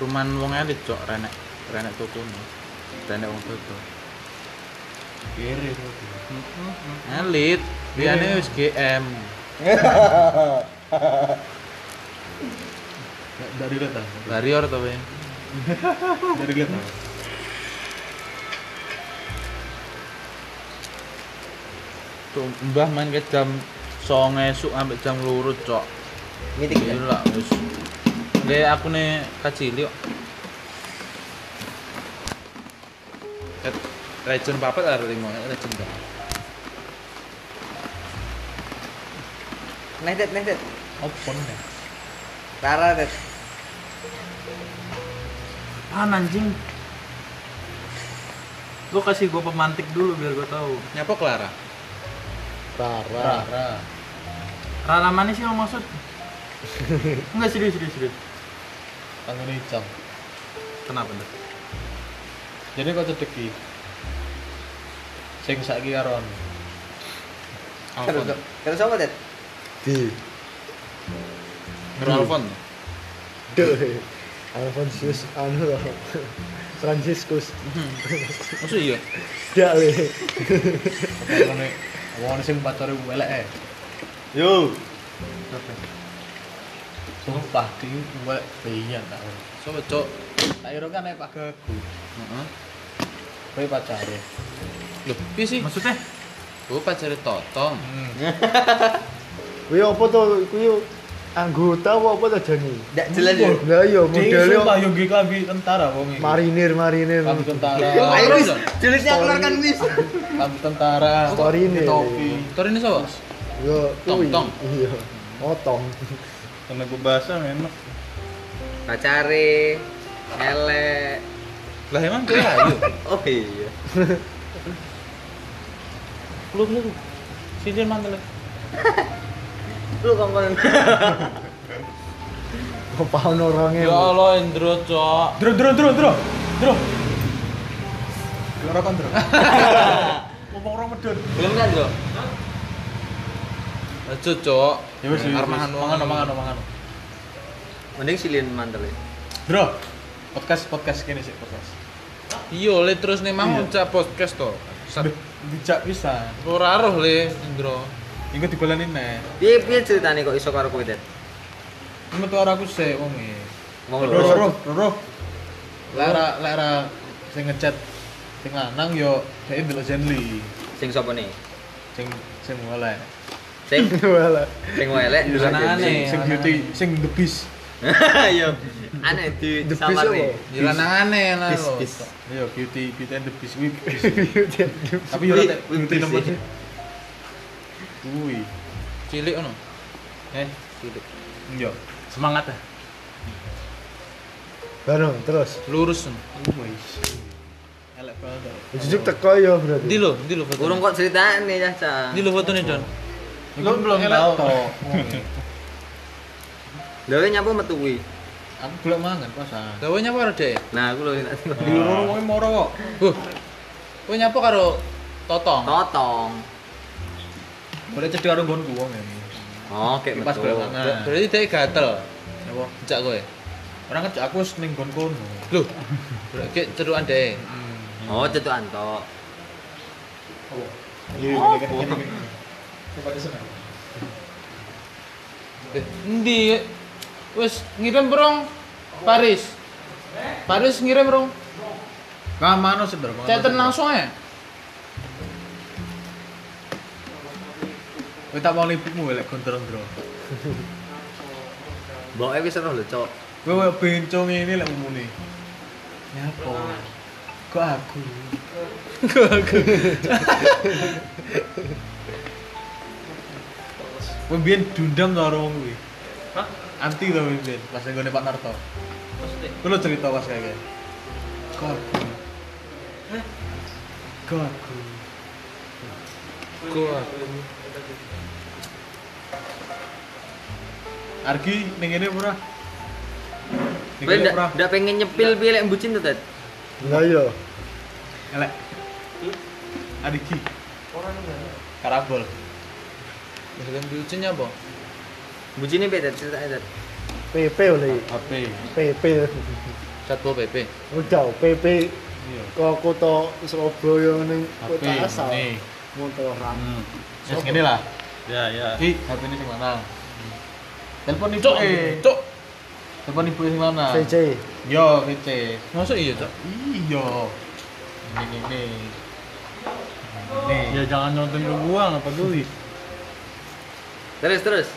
[SPEAKER 1] ruman wong elit cok renek, renek toko nih. Renek wong toko.
[SPEAKER 3] Kere.
[SPEAKER 1] Elit.
[SPEAKER 3] Iya.
[SPEAKER 1] Biasanya wis GM.
[SPEAKER 3] Dari lihat ah.
[SPEAKER 1] Barrier toh Bang.
[SPEAKER 3] Dari lihat ah.
[SPEAKER 1] Cuk, Mbah main ke jam songo esuk sampai jam lurut cok.
[SPEAKER 5] Meeting.
[SPEAKER 3] Iya.
[SPEAKER 5] ya?
[SPEAKER 1] Gila wis. Dek aku nih kacili kok. Eh, Rajin papat ada lima, eh, rajin papat.
[SPEAKER 5] Nah, Tet, nah, Tet.
[SPEAKER 3] Opon ya.
[SPEAKER 5] Tara, Tet.
[SPEAKER 2] Ah, anjing. Lu kasih gua pemantik dulu biar gua tahu.
[SPEAKER 1] Nyapa Clara?
[SPEAKER 4] Parah.
[SPEAKER 3] Parah.
[SPEAKER 2] Rara manis sih lo maksud? Enggak serius serius serius.
[SPEAKER 3] Tangan hijau.
[SPEAKER 2] Kenapa nih?
[SPEAKER 3] Jadi kok cedek iki. Sing saiki karo anu.
[SPEAKER 5] Terus,
[SPEAKER 1] Alfon.
[SPEAKER 5] Cok. Terus apa, Tet?
[SPEAKER 4] Di.
[SPEAKER 1] Karo Alfon.
[SPEAKER 4] Duh. Alfonsius anu loh. Franciscus.
[SPEAKER 1] Maksud iya?
[SPEAKER 4] Dak weh.
[SPEAKER 3] Ngono wong sing pacare elek e.
[SPEAKER 5] Yo.
[SPEAKER 3] Sumpah di elek banyak tak.
[SPEAKER 1] Sopo cok?
[SPEAKER 3] Tak kira kan nek Pak Gagu.
[SPEAKER 1] Heeh.
[SPEAKER 3] Kowe pacare.
[SPEAKER 1] Lho, piye sih?
[SPEAKER 2] Maksudnya?
[SPEAKER 1] Oh, pacare Totong.
[SPEAKER 4] Kuwi apa to? Kuwi anggota apa apa to jane?
[SPEAKER 5] Nggak jelas ya.
[SPEAKER 4] Lah iya, yo
[SPEAKER 3] Modele sumpah
[SPEAKER 4] modele
[SPEAKER 3] yo nggih klambi tentara wong iki.
[SPEAKER 4] marinir marinir.
[SPEAKER 3] Klambi tentara.
[SPEAKER 5] Ayo,
[SPEAKER 1] Orang
[SPEAKER 5] wis.
[SPEAKER 1] dong.
[SPEAKER 5] Jelasnya keluarkan, wis.
[SPEAKER 3] Klambi tentara.
[SPEAKER 4] Marine.
[SPEAKER 3] Topi.
[SPEAKER 1] Tor ini sopo?
[SPEAKER 4] Yo
[SPEAKER 1] Tong,
[SPEAKER 4] kuwi.
[SPEAKER 1] tong.
[SPEAKER 4] Iya. Otong.
[SPEAKER 3] Kena gue bahasa enak.
[SPEAKER 5] Pacare. Elek.
[SPEAKER 1] Lah emang kowe ayo.
[SPEAKER 5] Oh iya.
[SPEAKER 1] Lu lu. Sidir mantel.
[SPEAKER 5] Lu kongkong.
[SPEAKER 4] Apa ono orange?
[SPEAKER 1] Ya Allah, Endro cok.
[SPEAKER 3] Dro dro dro dro. Dro. Loro kon dro. Ngomong orang medun.
[SPEAKER 5] Belum kan, Cok?
[SPEAKER 1] Aja cok.
[SPEAKER 3] Ya wis
[SPEAKER 1] Arep mangan mangan
[SPEAKER 3] mangan mangan mangan.
[SPEAKER 1] mangan.
[SPEAKER 5] Mending silin mantel ya.
[SPEAKER 3] Bro, podcast podcast kene sih podcast.
[SPEAKER 1] Iya, le terus nih mau cak podcast to. Sat-
[SPEAKER 3] Dijak bisa.
[SPEAKER 1] Ora roh le Endro.
[SPEAKER 3] Iku digolani neh.
[SPEAKER 5] Piye piye ceritane kok iso karo kowe, Tet?
[SPEAKER 3] Metu ora aku sik wong e.
[SPEAKER 5] Ngomong lho.
[SPEAKER 3] Loro, loro. Lara, lara sing ngechat sing lanang yo dhek ndelok Zenly.
[SPEAKER 5] Sing sapa nih?
[SPEAKER 3] Sing sing oleh.
[SPEAKER 5] Sing
[SPEAKER 4] Walah.
[SPEAKER 5] sing elek
[SPEAKER 1] Iya, aneh.
[SPEAKER 5] aneh.
[SPEAKER 1] Eh,
[SPEAKER 3] Sing
[SPEAKER 1] lanang.
[SPEAKER 3] beauty, sing the beast.
[SPEAKER 5] Yo. Iya. Aneh di
[SPEAKER 4] The
[SPEAKER 5] samar
[SPEAKER 4] Beast
[SPEAKER 5] nih.
[SPEAKER 4] apa?
[SPEAKER 1] Ya lanangane lah
[SPEAKER 5] Bis
[SPEAKER 1] lo.
[SPEAKER 5] bis.
[SPEAKER 3] Yo beauty, beauty and the beast. Wih, Tapi yo ora beauty
[SPEAKER 5] Beast,
[SPEAKER 3] nomor.
[SPEAKER 5] ya.
[SPEAKER 3] Kuwi.
[SPEAKER 1] Cilik ngono. Eh, cilik.
[SPEAKER 3] Yo. Semangat ah.
[SPEAKER 4] Bareng terus.
[SPEAKER 1] Lurus. ngono.
[SPEAKER 3] Wis. Elek banget.
[SPEAKER 4] Jujuk teko yo berarti.
[SPEAKER 1] Ndi lo, ndi lo foto.
[SPEAKER 5] Urung kok ceritane ya, Cak.
[SPEAKER 1] Ndi lo fotone, Don.
[SPEAKER 3] Lu belum tahu to.
[SPEAKER 5] Lha kowe nyapu metu kuwi.
[SPEAKER 3] Aku belum mangan pasan.
[SPEAKER 1] Dawa nyapa karo dhek?
[SPEAKER 3] Iya.
[SPEAKER 5] Nah, aku lho tak
[SPEAKER 3] Di loro wong moro kok.
[SPEAKER 1] Huh. Kowe nyapa karo totong
[SPEAKER 5] Totong.
[SPEAKER 3] Boleh cedek karo nggonku wong ya.
[SPEAKER 5] Oh, kayak
[SPEAKER 3] Kipas
[SPEAKER 5] betul.
[SPEAKER 3] belakang.
[SPEAKER 1] Ber- berarti dia gatel
[SPEAKER 3] Apa?
[SPEAKER 1] cak kowe
[SPEAKER 3] Orang kerja aku wis ning nggon kono.
[SPEAKER 1] Loh, berarti ceruan deh
[SPEAKER 3] Hmm.
[SPEAKER 5] Oh, cetukan tok.
[SPEAKER 3] Iya,
[SPEAKER 5] Oh,
[SPEAKER 3] gini, gini, gini, gini. Coba di sana.
[SPEAKER 1] Endi? Wis ngirim berong Paris. Paris ngirim berong.
[SPEAKER 3] Ka mano sih, Bro?
[SPEAKER 1] Cetan langsung ya.
[SPEAKER 3] Kowe tak mau lipikmu lek gondrong-gondrong.
[SPEAKER 5] Mbok wis seru lho, Cok.
[SPEAKER 3] Kowe koyo bencong ini lek mumune. Nyapa? Kok aku? Kok aku? Pembien dendam to karo wong kuwi.
[SPEAKER 1] Hah?
[SPEAKER 3] Anti to pembien pas nggone Pak Narto. Itu lo cerita pas kayak gini. Kok aku? Kok aku? Argi ning ngene ora? Ning
[SPEAKER 5] Kowe
[SPEAKER 3] ngene
[SPEAKER 5] ndak
[SPEAKER 3] ora?
[SPEAKER 5] ndak pengen nyepil piye lek bucin to, Tet?
[SPEAKER 4] Enggak ya.
[SPEAKER 3] Elek. Adiki. Karabol.
[SPEAKER 1] Dalam bucinnya apa?
[SPEAKER 5] Bucine piye, Tet? Ceritane, Tet.
[SPEAKER 4] PP oleh
[SPEAKER 3] HP.
[SPEAKER 4] PP.
[SPEAKER 1] Satpol PP.
[SPEAKER 4] Udah PP
[SPEAKER 3] Iya.
[SPEAKER 4] kok kota Surabaya ning
[SPEAKER 3] HP.
[SPEAKER 4] kota asal.
[SPEAKER 3] Nih.
[SPEAKER 4] Montoran.
[SPEAKER 3] Hmm. Ya segini lah.
[SPEAKER 2] Ya, ya.
[SPEAKER 3] Ki, HP ini sing mana? Telepon ibu
[SPEAKER 1] Cok,
[SPEAKER 3] eh.
[SPEAKER 1] cok.
[SPEAKER 3] Telepon ibu e sing mana?
[SPEAKER 4] CC.
[SPEAKER 3] Yo, VC.
[SPEAKER 1] Masuk iya, cok.
[SPEAKER 3] Iya. Ini ini. Ini.
[SPEAKER 2] Ya jangan nonton ke gua, enggak peduli.
[SPEAKER 5] Terus, terus.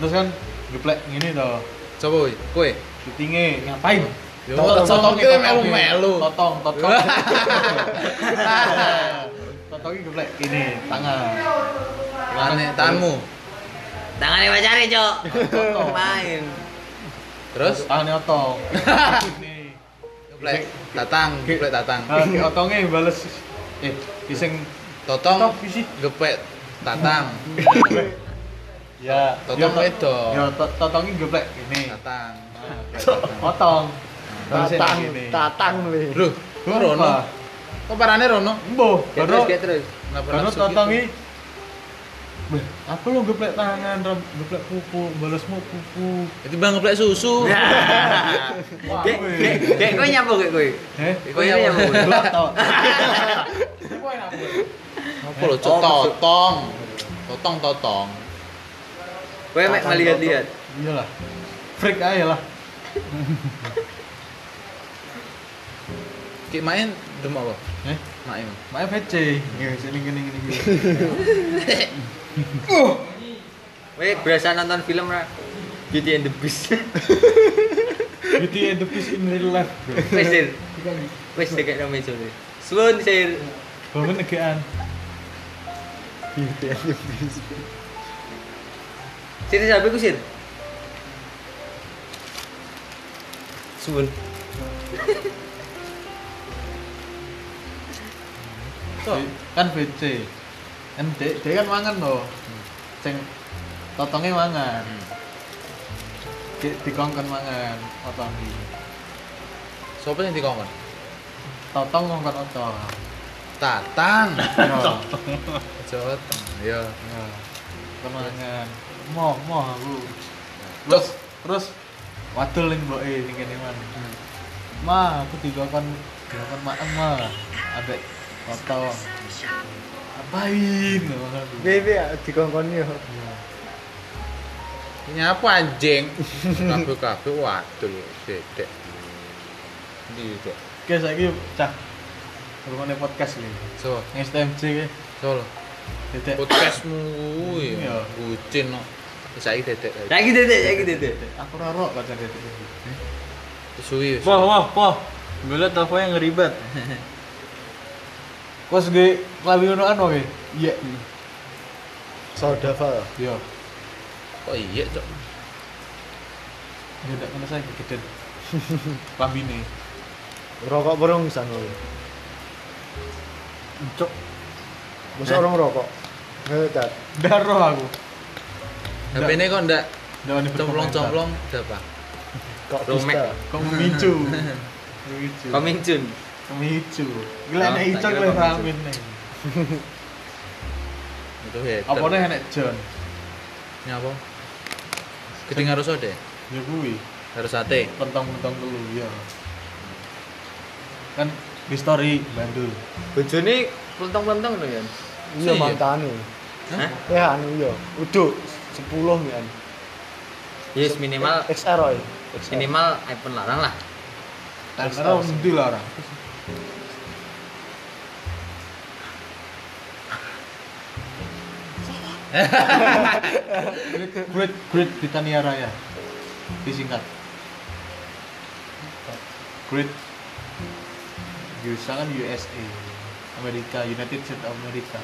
[SPEAKER 3] Terus kan geplek ngene to.
[SPEAKER 1] Coba woi, kowe.
[SPEAKER 3] Syutinge ngapain?
[SPEAKER 1] Yo,
[SPEAKER 4] Totong,
[SPEAKER 1] totong
[SPEAKER 3] Totongi,
[SPEAKER 1] kowe melu
[SPEAKER 3] totongi.
[SPEAKER 1] melu.
[SPEAKER 3] Totong, totong. Totongi geplek ini tangan.
[SPEAKER 1] Tane tanmu.
[SPEAKER 5] Tangane pacare, Cok. Main.
[SPEAKER 1] Terus
[SPEAKER 3] Tangan Ah, otong. Ini.
[SPEAKER 1] geplek tatang, geplek tatang.
[SPEAKER 3] Ah, ki otongnya yang bales. Eh, ki sing
[SPEAKER 1] Totong
[SPEAKER 3] Totong, isi.
[SPEAKER 1] geplek tatang.
[SPEAKER 3] ya
[SPEAKER 1] Totong
[SPEAKER 3] ya,
[SPEAKER 1] wedok.
[SPEAKER 3] Ya to- totongi geplek ini.
[SPEAKER 1] Tatang.
[SPEAKER 3] Otong. Balesnya
[SPEAKER 4] Tatang,
[SPEAKER 3] ini.
[SPEAKER 4] tatang le.
[SPEAKER 1] Bro, kok Rono?
[SPEAKER 3] Apa?
[SPEAKER 1] Kok parane Rono?
[SPEAKER 3] Mbo,
[SPEAKER 5] Kayak
[SPEAKER 3] baru
[SPEAKER 5] Terus, kayak terus.
[SPEAKER 1] Kenapa
[SPEAKER 3] baru
[SPEAKER 1] nafsu
[SPEAKER 3] totongi.
[SPEAKER 1] gitu?
[SPEAKER 3] Wah, aku lo geplek tangan, Ram. geplek kuku, balesmu kuku.
[SPEAKER 1] Jadi bang geplek susu.
[SPEAKER 5] Dek, dek, dek kowe nyapu kayak kowe.
[SPEAKER 3] Eh,
[SPEAKER 5] Kowe ini nyapu. kowe?
[SPEAKER 3] geplek tau.
[SPEAKER 1] Apa lo cok totong. Totong totong.
[SPEAKER 5] Kowe mek melihat-lihat.
[SPEAKER 3] Iyalah. Freak aja lah.
[SPEAKER 1] Ki main dem apa?
[SPEAKER 3] Eh,
[SPEAKER 1] Main.
[SPEAKER 3] main VC. Gini, Iya, sini, gini, gini, gini.
[SPEAKER 5] Kowe biasa nonton film ra? Beauty and the Beast.
[SPEAKER 3] Beauty and the Beast in real life, bro.
[SPEAKER 5] Wis, Sir. Wis deket nang meja. Sir. Suwun, Sir.
[SPEAKER 3] Bangun negaan.
[SPEAKER 5] Sir, sampe ku, Sir.
[SPEAKER 4] Suwun.
[SPEAKER 3] kan VC kan dia, dia kan mangan loh ceng totongnya mangan di, dikongkon mangan otong
[SPEAKER 1] Sopo sing dikongkon?
[SPEAKER 3] totong ngongkon otong Iya.
[SPEAKER 1] Tatang.
[SPEAKER 3] yo
[SPEAKER 1] Jotong. Iya.
[SPEAKER 3] yo Ngongkon mangan moh moh aku
[SPEAKER 1] Cuk.
[SPEAKER 3] terus terus wadul ning mboke ning kene man ma aku dikongkon dikongkon mak ma ambek otong apain ngomong aku.
[SPEAKER 4] Bebe dikongkoni yo.
[SPEAKER 1] Ini apa anjing? Kabeh-kabeh wadul dedek. Ndi dedek?
[SPEAKER 3] Oke, saya ini cah Rumahnya podcast nih
[SPEAKER 1] So,
[SPEAKER 3] STMJ ke
[SPEAKER 1] so lo.
[SPEAKER 3] Dedek
[SPEAKER 1] podcastmu kuwi
[SPEAKER 3] Iya.
[SPEAKER 1] ya bucin no. Saiki dedek. lagi.
[SPEAKER 5] Saiki, Dek, saiki, Dek.
[SPEAKER 3] Aku raro pacar dedek ini
[SPEAKER 1] Suwi wis.
[SPEAKER 2] Wah, wah, wah. Gue liat apa yang ngeribet.
[SPEAKER 3] Kok segi kelabi unuan oke? Iya
[SPEAKER 4] Saudara.
[SPEAKER 3] Iya
[SPEAKER 1] Kok iya, Cok?
[SPEAKER 3] Dedek mana saya gede Kelabi nih
[SPEAKER 4] Rokok burung sanu.
[SPEAKER 3] Cok
[SPEAKER 4] Masa orang rokok. Ngedat.
[SPEAKER 3] Daro aku
[SPEAKER 1] HP-ne kok ndak
[SPEAKER 3] Jangan diberkomentar.
[SPEAKER 1] complong-complong dapa?
[SPEAKER 4] Kok
[SPEAKER 5] Romek.
[SPEAKER 4] bisa?
[SPEAKER 3] Kok memicu Memicu
[SPEAKER 5] Coming soon.
[SPEAKER 3] Memicu Gila
[SPEAKER 5] Ah,
[SPEAKER 3] nih icok
[SPEAKER 5] tak kira
[SPEAKER 3] lah
[SPEAKER 5] memicu.
[SPEAKER 3] ramen nih
[SPEAKER 5] Itu hater.
[SPEAKER 3] Apa nih enek John?
[SPEAKER 1] ya, Nyapa? Gedeng harus ode,
[SPEAKER 3] Ya kuwi,
[SPEAKER 1] harus sate.
[SPEAKER 3] pentang-pentang telu ya. Kan di story Bandul.
[SPEAKER 5] Bojone pelentang-pelentang lho ya.
[SPEAKER 4] Iya
[SPEAKER 1] Iya.
[SPEAKER 4] mantan ya.
[SPEAKER 1] Hah?
[SPEAKER 4] Ya anu iya. Uduk 10 kan.
[SPEAKER 5] Yes minimal
[SPEAKER 4] XR oi.
[SPEAKER 5] minimal iPhone larang lah.
[SPEAKER 3] Karena undi lah orang. Great Great Britania Raya disingkat. Great USA kan USA Amerika United States of America.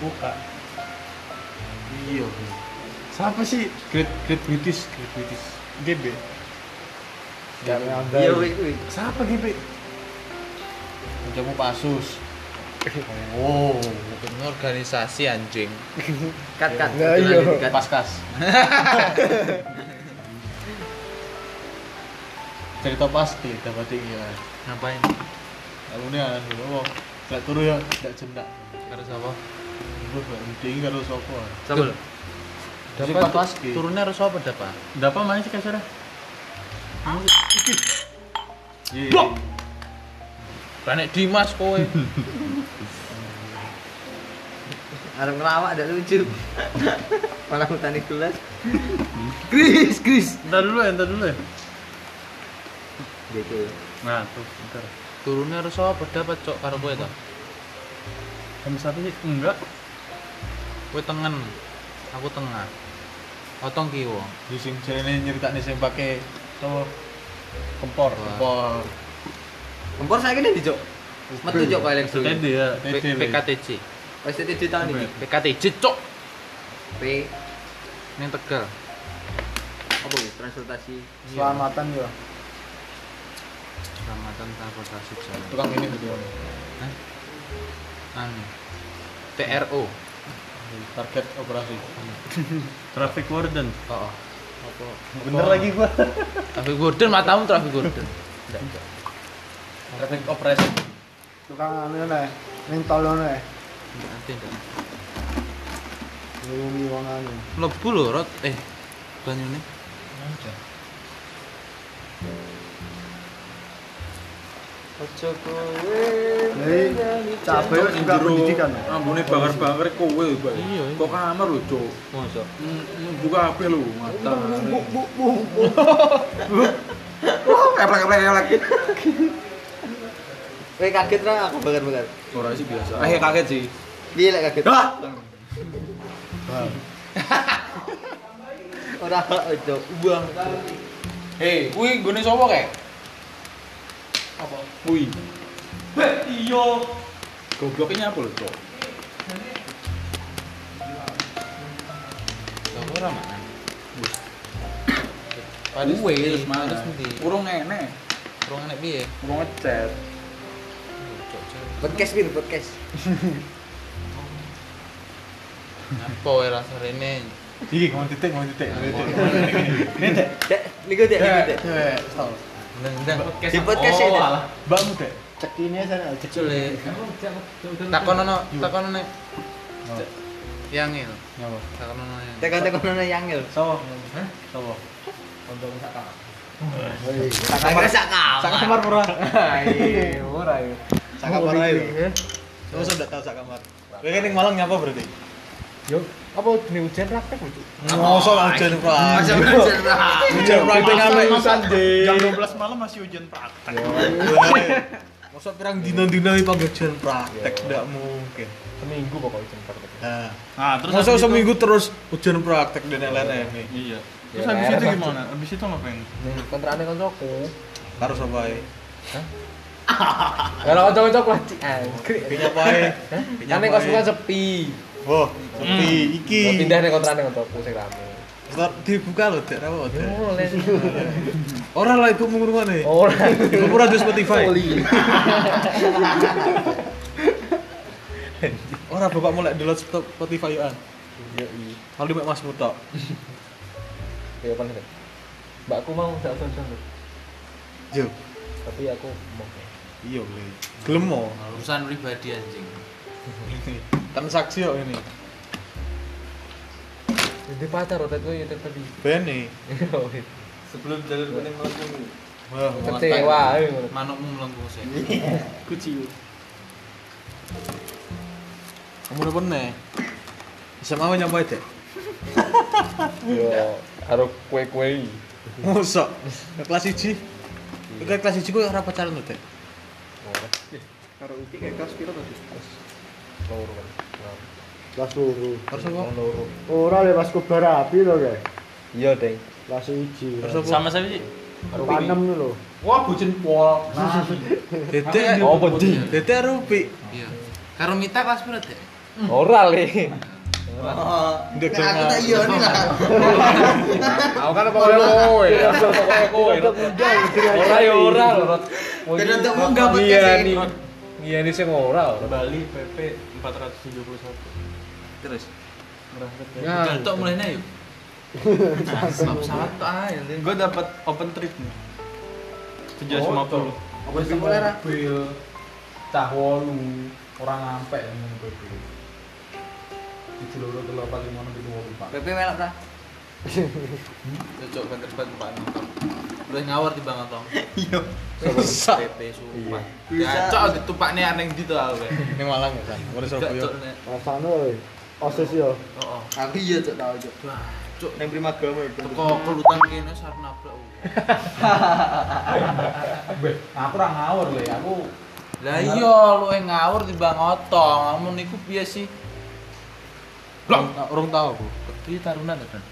[SPEAKER 2] buka
[SPEAKER 3] Iya. Bro. Siapa sih Great Great British Great British
[SPEAKER 2] GB
[SPEAKER 4] Kayak anda.
[SPEAKER 5] Iya weh weh.
[SPEAKER 2] siapa GB
[SPEAKER 3] Mencamu pasus. Oh,
[SPEAKER 1] Ini organisasi anjing.
[SPEAKER 5] Cut cut.
[SPEAKER 4] Nah,
[SPEAKER 5] Itu
[SPEAKER 4] iya.
[SPEAKER 5] lanjut, cut.
[SPEAKER 3] paskas. Cerita pasti iya. dapat tinggal.
[SPEAKER 1] Ngapain?
[SPEAKER 3] Kalau ini ada
[SPEAKER 2] ya,
[SPEAKER 3] dulu, tidak turu ya, tidak jendak.
[SPEAKER 1] Harus apa?
[SPEAKER 3] Gue penting kalau sopo.
[SPEAKER 5] Sama lho.
[SPEAKER 3] Dapat
[SPEAKER 1] Dapat
[SPEAKER 3] pasti.
[SPEAKER 1] turunnya harus apa dapat?
[SPEAKER 3] Dapat mana sih kasarnya? Iya.
[SPEAKER 1] Blok! Planet Dimas kowe.
[SPEAKER 5] Arep ngelawak ndak lucu. Malah ngutani gelas. Kris, Kris.
[SPEAKER 3] Ntar dulu ya, ntar dulu ya.
[SPEAKER 5] Gitu.
[SPEAKER 3] Nah, tuh, ntar.
[SPEAKER 1] turunnya harus apa dapat cok karo kowe ta?
[SPEAKER 3] Kamu satu sih enggak.
[SPEAKER 1] Kowe tengen. Aku tengah. Otong kiwo.
[SPEAKER 3] Di sing ini nyerita nih sing pakai tuh kempor, kempor.
[SPEAKER 5] Kompor saya kene di Jok. Metu Jok kok elektro.
[SPEAKER 3] Tadi ya,
[SPEAKER 1] P-
[SPEAKER 3] tadi.
[SPEAKER 1] PKTC.
[SPEAKER 5] Wis di tahun ini.
[SPEAKER 1] PKTC cok.
[SPEAKER 5] P
[SPEAKER 1] Ning Tegal.
[SPEAKER 5] apa weh? Transportasi.
[SPEAKER 4] Selamatan ya.
[SPEAKER 1] Keselamatan transportasi jalan.
[SPEAKER 3] Tukang ini gitu.
[SPEAKER 1] Anu. TRO.
[SPEAKER 3] Target operasi. Traffic warden.
[SPEAKER 1] Oh, oh.
[SPEAKER 4] Bener lagi gua.
[SPEAKER 1] Traffic Gordon matamu Traffic Gordon.
[SPEAKER 3] Traffic operasi.
[SPEAKER 4] Tukang anu ne. Ning tol ngono ne.
[SPEAKER 1] Enggak nanti enggak.
[SPEAKER 4] Ngulungi wong anu.
[SPEAKER 1] Mlebu lho rot eh banyune.
[SPEAKER 5] Ojo kowe.
[SPEAKER 4] Jadi cabe juga pendidikan.
[SPEAKER 2] ambune bakar-bakar kowe Pak.
[SPEAKER 1] Iya, iya.
[SPEAKER 2] kok kamar lho cok
[SPEAKER 5] Mosok.
[SPEAKER 2] buka HP lho mata
[SPEAKER 5] Wah, keplek keplek keplek. Weh kaget ra aku bakar-bakar.
[SPEAKER 2] ora sih biasa
[SPEAKER 5] Ah, iya,
[SPEAKER 2] eh kaget sih
[SPEAKER 5] Piye lek kaget?
[SPEAKER 2] dah
[SPEAKER 5] Ora ojo. Wah.
[SPEAKER 3] Hei, kuwi Eh, gone sapa kae?
[SPEAKER 2] wih iya gobloknya apa lho cok
[SPEAKER 1] Lah ora makan.
[SPEAKER 3] Padahal
[SPEAKER 1] terus mana? Terus nanti.
[SPEAKER 2] kurung enek
[SPEAKER 1] Kurang enak piye?
[SPEAKER 2] kurung ngecet
[SPEAKER 1] Cok, cok.
[SPEAKER 5] Podcast bir podcast.
[SPEAKER 1] Apa wae rasa rene?
[SPEAKER 3] Iki ngomong titik, ngomong titik, ngomong titik. Ini dek.
[SPEAKER 5] Dek, niku dek, niku dek.
[SPEAKER 3] Dek, stop.
[SPEAKER 1] Ndang ndang podcast.
[SPEAKER 5] Di podcast ya, Dek.
[SPEAKER 3] Mbakmu dek.
[SPEAKER 4] Cekine sana
[SPEAKER 1] Cok, le. Takon ono, takon ono. Yangil,
[SPEAKER 3] Ngapa?
[SPEAKER 1] takon ono. yang.
[SPEAKER 5] Tekan-tekan ana yangil.
[SPEAKER 3] Sapa? Hah? Sapa?
[SPEAKER 5] Sakare sak kamar. Sak kamar ora.
[SPEAKER 3] Iya,
[SPEAKER 5] Ora ya.
[SPEAKER 3] Sak kamar ae. Sapa sudah tahu sak kamar. Kowe kan ning Malang nyapa berarti?
[SPEAKER 4] Yo, apa dene hujan praktek lucu?
[SPEAKER 3] Ngoso lah hujan pra.
[SPEAKER 5] Masa belajar ra.
[SPEAKER 3] Hujan praktek apa?
[SPEAKER 2] jam 12 malam masih hujan praktek
[SPEAKER 3] Masa pirang dina-dina iki panggil hujan praktek ndak mungkin.
[SPEAKER 4] Seminggu pokoknya hujan praktek.
[SPEAKER 3] Iya. Nah,
[SPEAKER 2] nah terus
[SPEAKER 3] masa
[SPEAKER 2] habis itu-
[SPEAKER 3] seminggu terus hujan praktek dan lain-lain eh, ini.
[SPEAKER 2] iya terus habis itu gimana habis itu ngapain
[SPEAKER 4] Ning kontrane kancaku.
[SPEAKER 3] Harus apa ya?
[SPEAKER 4] Kalau kanca-kanca ku aci angkrik.
[SPEAKER 3] Pinya apa ya?
[SPEAKER 4] eh, Ane kosku sepi.
[SPEAKER 3] Oh, sepi iki.
[SPEAKER 4] Mau pindah ning kontrane kancaku sing rame.
[SPEAKER 3] Stop dibuka lho, Dek. Rawo, Dek.
[SPEAKER 4] Boleh.
[SPEAKER 3] Ora lah ibu ngurungane.
[SPEAKER 4] Ora.
[SPEAKER 3] Ibu pura di Spotify. Ora bapak mulai download Spotify yoan.
[SPEAKER 4] Yo iya.
[SPEAKER 3] Kalau di Mas Muto.
[SPEAKER 4] Ya paling deh. Mbakku mau ndak usah
[SPEAKER 3] Yo.
[SPEAKER 4] Tapi aku mau.
[SPEAKER 3] Iya, Le. Gelem mo.
[SPEAKER 1] Urusan pribadi anjing.
[SPEAKER 3] Transaksi yo Kan ini.
[SPEAKER 1] Jadi pacar otak gue itu tadi. Iya,
[SPEAKER 2] Bene.
[SPEAKER 5] Sebelum jalur kuning melengkung.
[SPEAKER 2] Wah,
[SPEAKER 5] Kecewa.
[SPEAKER 1] Manukmu melengkung sih.
[SPEAKER 3] Iya.
[SPEAKER 2] kucil.
[SPEAKER 3] Kamu udah pernah? SMA apa nyampe deh?
[SPEAKER 1] Iya,
[SPEAKER 5] Yo, harus kue-kue.
[SPEAKER 3] Mosok. Ke kelas 1. Ke kelas 1 kok ora pacaran tuh, Dek.
[SPEAKER 5] Karo iki kayak kelas piro tadi?
[SPEAKER 4] Kelas loro.
[SPEAKER 3] Terus apa?
[SPEAKER 4] Ora le pas kubar api lho, guys.
[SPEAKER 5] Iya, Deng.
[SPEAKER 4] Kelas 1.
[SPEAKER 3] Terus apa?
[SPEAKER 1] Sama siapa sih?
[SPEAKER 4] panem lho.
[SPEAKER 2] Wah, bucin pol.
[SPEAKER 3] Dede.
[SPEAKER 5] Oh, pedih.
[SPEAKER 3] Dede Rupi.
[SPEAKER 1] Iya. Karo Mita kelas berapa deh?
[SPEAKER 5] Ora le.
[SPEAKER 3] Ndek dong.
[SPEAKER 6] iya nih lah
[SPEAKER 5] Aku kan pokoknya kowe, aku pokoknya kowe. Ora ya ora lho, Rod.
[SPEAKER 6] Dan untuk munggah
[SPEAKER 5] Iya
[SPEAKER 6] podcast ini.
[SPEAKER 5] nih. Iya nih sing ora lho.
[SPEAKER 2] Bali PP 471.
[SPEAKER 1] Terus.
[SPEAKER 2] Merasa kayak
[SPEAKER 1] Nah, Jaltok mulainya yuk. ah, Sama pesawat tuh aja.
[SPEAKER 2] Gue dapat open trip nih. 750.
[SPEAKER 6] Apa sih mulai Ra?
[SPEAKER 3] Cah wolu. Ora ngampe ngono PP. Iki lho lho 8 5 6 7 8.
[SPEAKER 5] PP melak ta?
[SPEAKER 1] Cocok banget banget Pak Notong. Udah ngawur di Bang Notong.
[SPEAKER 3] Iya. Bisa.
[SPEAKER 1] PP sumpah. Cocok ditupakne aneh gitu di tuh aku.
[SPEAKER 3] Ning Malang ya, San. Ora Surabaya.
[SPEAKER 1] Cocok nek.
[SPEAKER 4] Rasane lho. Osis yo.
[SPEAKER 1] Heeh.
[SPEAKER 6] Aku iya cok tau cok
[SPEAKER 1] Wah, cok
[SPEAKER 5] Ning Primagama.
[SPEAKER 1] teko kelutan kene sarep nabrak.
[SPEAKER 3] Aku ora ngawur lho, aku
[SPEAKER 1] Lah iya luwe ngawur di Bang Otong. Amun niku piye sih?
[SPEAKER 3] Blok. Urung tau aku.
[SPEAKER 1] Piye taruna ta, Bang?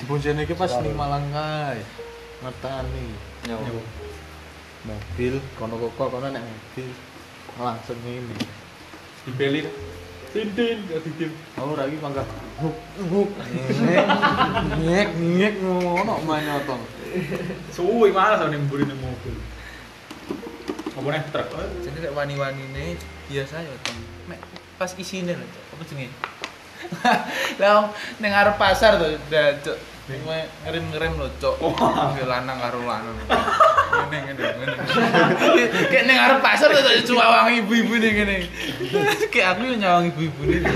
[SPEAKER 3] Di Bonjane iki pas ning Malang kae. Ngertani.
[SPEAKER 5] Yo.
[SPEAKER 3] Mobil kono kok kono nek mobil langsung ngene.
[SPEAKER 2] Di Bali. Tintin, gak titip.
[SPEAKER 3] Aku lagi mangga. Huk huk. Ngek ngek ngono mana otong.
[SPEAKER 2] Suwi malah sama nih nih mobil. Apa nih truk?
[SPEAKER 1] Jadi lek wani-wanine biasa ya Tom. Mek pas isine lho, Cok. Apa jenenge? Lah ning arep pasar to, dah, Cok. Ning me- ngerem-ngerem lho, Cok.
[SPEAKER 3] Oh.
[SPEAKER 1] Nggih lanang karo lanang. Ngene ngene ngene. Kayak ning arep pasar to, Cok, cuawang ibu-ibu ning ngene. Kayak aku yo nyawang ibu-ibu ning.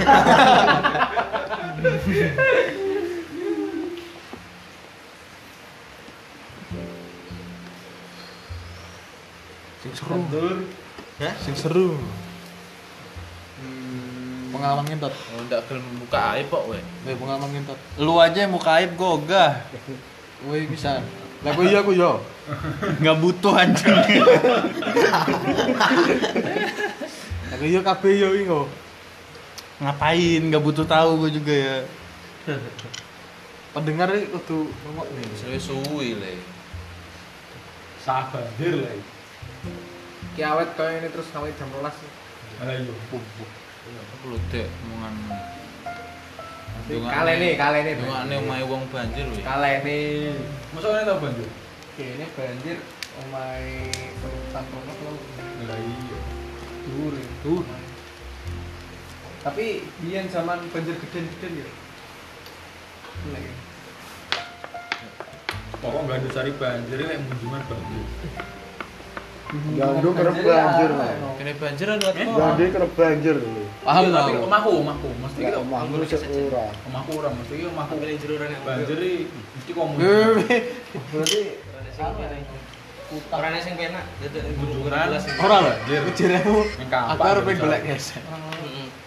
[SPEAKER 3] Sing seru. Sing seru. Pengalaman ngentot.
[SPEAKER 1] Oh, ndak gelem buka ae pok we.
[SPEAKER 3] Eh pengalaman ngentot. Lu aja yang muka aib gua ogah. Woi bisa. Lah kok iya aku yo. Enggak butuh anjing. Lah kok iya kabeh yo ingo. Ngapain enggak butuh tahu gua juga ya. Pendengar ini kudu ngomong nih.
[SPEAKER 1] Wis suwi le.
[SPEAKER 2] Sabar, dir lah.
[SPEAKER 5] Ki awet koyo ini terus sampai jam 12.
[SPEAKER 2] Ayo.
[SPEAKER 1] Aku lho dek omongan.
[SPEAKER 5] Kalene, kalene.
[SPEAKER 1] Dungane omahe wong banjir we.
[SPEAKER 5] Kalene.
[SPEAKER 2] Masa ini tau banjir?
[SPEAKER 5] Kene banjir omahe Santono ya. kalau
[SPEAKER 2] Lah iya.
[SPEAKER 5] dhuwur. Dhuwur. Tapi biyen zaman banjir geden-geden ya. Lek.
[SPEAKER 2] Pokok nggak ada cari banjir, ini yang munjungan banjir.
[SPEAKER 4] Gandung kerep banjir,
[SPEAKER 5] ya,
[SPEAKER 4] Mas.
[SPEAKER 1] Kene banjir ada apa?
[SPEAKER 4] Gandung kerep banjir lho.
[SPEAKER 3] Paham lah.
[SPEAKER 2] Eh, Tapi
[SPEAKER 3] aku.
[SPEAKER 2] omahku, omahku. Mesti kita
[SPEAKER 4] Omahmu sik ora.
[SPEAKER 2] omahku orang, mesti kita omahku. Banjir ini mesti
[SPEAKER 3] Eh,
[SPEAKER 2] komun.
[SPEAKER 3] weh.
[SPEAKER 5] Orangnya sing penak.
[SPEAKER 2] Munjungan.
[SPEAKER 3] Ora lah.
[SPEAKER 2] Banjir.
[SPEAKER 3] Jeremu.
[SPEAKER 2] Yang kampanye,
[SPEAKER 3] Aku arep
[SPEAKER 2] misalnya.
[SPEAKER 3] golek gesek.
[SPEAKER 5] Oh.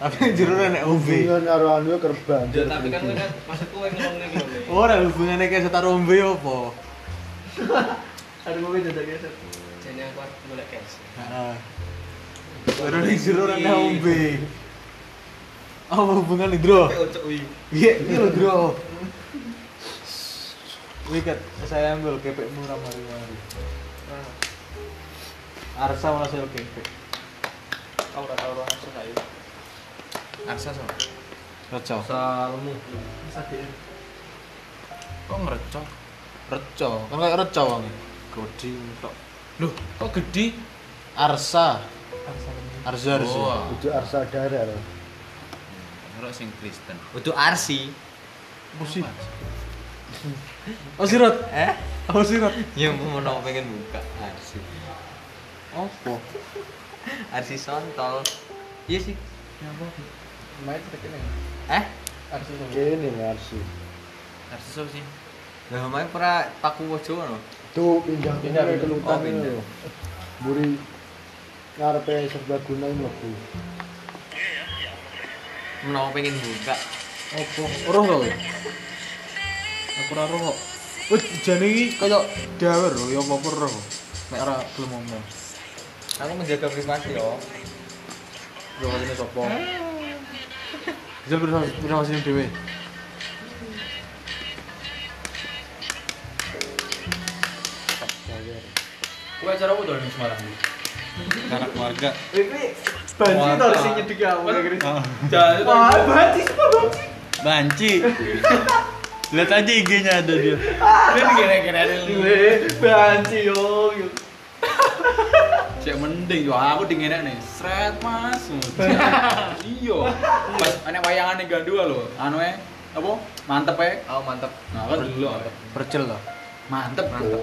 [SPEAKER 3] Tapi jerone nek UV.
[SPEAKER 4] Bingung karo anu kerep banjir.
[SPEAKER 5] Tapi kan kan maksudku yang ngomong iki lho.
[SPEAKER 3] Ora hubungane kaya setar UV apa?
[SPEAKER 5] Ada gue jajak geser. Jadi aku harus boleh cash.
[SPEAKER 3] Heeh. Baru ning jero nek UV. Apa hubungan nih, Bro?
[SPEAKER 5] Ucuk wi.
[SPEAKER 3] Iya, ini lho, Bro. Wiket, saya ambil kepekmu ra mari-mari. Arsa malah sel kepek.
[SPEAKER 5] Aku udah tahu ruang langsung ayo.
[SPEAKER 1] Aksa sama.
[SPEAKER 3] Reco.
[SPEAKER 5] Salmu. Bisa di.
[SPEAKER 1] Kok ngerecoh?
[SPEAKER 3] Reco. Kan kayak reco wangi. Goding tok.
[SPEAKER 1] Loh, kok gede?
[SPEAKER 3] Arsa. Arsa. Arsa.
[SPEAKER 1] Oh,
[SPEAKER 4] Ujuk arsa darah lho.
[SPEAKER 1] ngerok sing Kristen.
[SPEAKER 5] Untuk Arsi.
[SPEAKER 3] Apa sih? Oh sirot.
[SPEAKER 5] Eh?
[SPEAKER 3] Oh sirot.
[SPEAKER 5] Ya mau mau pengen buka Arsi.
[SPEAKER 3] Apa?
[SPEAKER 5] Arsi Sontol. Iya sih.
[SPEAKER 7] Main sedikit nih.
[SPEAKER 5] Eh?
[SPEAKER 7] Harus itu.
[SPEAKER 4] Kene ngarsi.
[SPEAKER 1] Harus sih sih.
[SPEAKER 5] Lah omae pra paku wojo ngono.
[SPEAKER 4] Tuh pindah
[SPEAKER 7] Pindah, pindah.
[SPEAKER 4] pindah
[SPEAKER 5] Oh, pindah.
[SPEAKER 4] kelutan. Buri ngarepe serbaguna iki mlebu.
[SPEAKER 5] Menawa pengen buka.
[SPEAKER 1] Opo, roh kok. Aku ora roh kok.
[SPEAKER 3] Wih, jane iki kaya dawar lho ya apa roh. Nek ora gelem ngomong.
[SPEAKER 5] Aku menjaga privasi yo.
[SPEAKER 1] Roh ini sopo?
[SPEAKER 3] Jel pira sini dhewe.
[SPEAKER 1] Kowe acara apa dolan ning Semarang?
[SPEAKER 2] Karena keluarga.
[SPEAKER 3] Banci to
[SPEAKER 5] Mantap.
[SPEAKER 3] sing nyedhek aku kira.
[SPEAKER 1] Jalan itu.
[SPEAKER 3] Wah, banci semua banci.
[SPEAKER 2] Banci. Lihat aja IG-nya ada dia.
[SPEAKER 3] Dhewe banci yo. yo.
[SPEAKER 5] Cek mending yo aku dingenek nih. Sret Mas. Iya. Pas ana wayangane gandua lho. Anu e apa? Mantep e.
[SPEAKER 8] Oh mantap.
[SPEAKER 5] Nah, kan dulu.
[SPEAKER 3] Percel lho.
[SPEAKER 5] Mantep, mantep.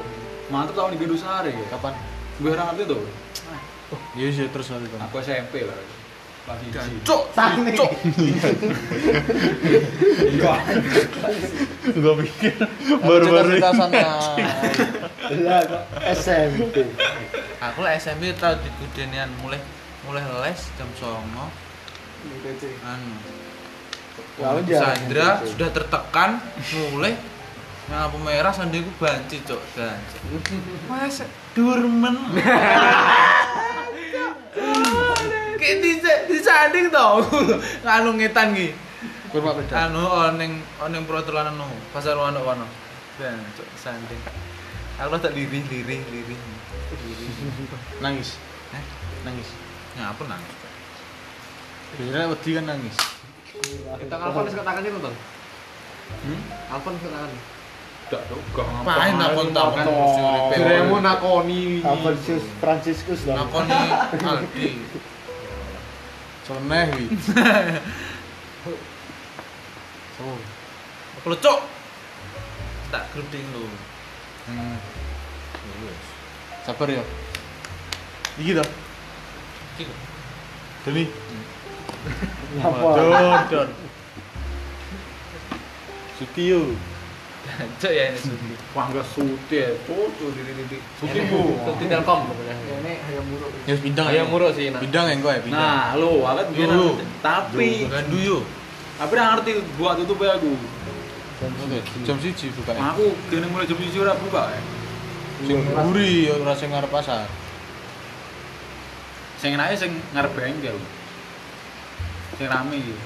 [SPEAKER 5] Mantep tahun di Gandusari. Kapan? Gue ora ngerti tuh.
[SPEAKER 3] Iya sih terus nanti kan.
[SPEAKER 5] Aku SMP lah. Pagi.
[SPEAKER 8] Cuk, cuk.
[SPEAKER 2] Gua pikir baru-baru ini.
[SPEAKER 4] Lah kok SMP.
[SPEAKER 1] Aku lah SMP tau digudenian mulai mulai les jam 09.00. Anu.
[SPEAKER 4] Lah, aku jarang
[SPEAKER 1] Sandra
[SPEAKER 4] SMP.
[SPEAKER 1] sudah tertekan mulai yang lampu merah sandiku banci cok banci mas durmen kayak di di sanding tau nganu ngetan ki
[SPEAKER 7] Kurma beda.
[SPEAKER 1] anu oneng oneng perotolanan no pasar wano wano dan cok sanding aku tak lirih lirih lirih
[SPEAKER 3] Nangis.
[SPEAKER 1] Hah?
[SPEAKER 3] Nangis.
[SPEAKER 1] ya apa nangis Cok?
[SPEAKER 3] Biasanya wedi kan nangis.
[SPEAKER 8] Kita Alfon suka tangan itu tuh. Alfon suka tangan.
[SPEAKER 5] Dak dong, gak
[SPEAKER 1] Apain nakon tau kan
[SPEAKER 8] Kiremu nakoni.
[SPEAKER 4] Alfonsus Franciscus lah.
[SPEAKER 1] nakon Aldi
[SPEAKER 3] Coneh wi. Oh,
[SPEAKER 1] aku lo cok tak geruding lu
[SPEAKER 3] sabar ya. Iki to.
[SPEAKER 1] Iki lho.
[SPEAKER 3] Deni.
[SPEAKER 4] Apa?
[SPEAKER 3] Don. Sutio.
[SPEAKER 1] Cok ya ini Sudi.
[SPEAKER 5] Wah gak suti ya, cucu diri-diri Suti bu
[SPEAKER 8] Tuti Telkom pokoknya.
[SPEAKER 7] Ini hayam muruk.
[SPEAKER 3] Ya bintang
[SPEAKER 8] Ayo muruk sih nak.
[SPEAKER 3] Bintang engko ya bintang.
[SPEAKER 5] Nah lo, aku
[SPEAKER 1] Yo.
[SPEAKER 5] gue Tapi,
[SPEAKER 1] Gandu yo.
[SPEAKER 5] tapi udah ngerti buat tutup ya aku
[SPEAKER 3] Oke, jam siji buka.
[SPEAKER 2] ya?
[SPEAKER 5] Nah, Aku gini mulai jam 7 udah buka ya
[SPEAKER 3] Sing buri ya ora sing ngarep pasar.
[SPEAKER 5] Sing enaknya sing ngarep bengkel Sing rame gitu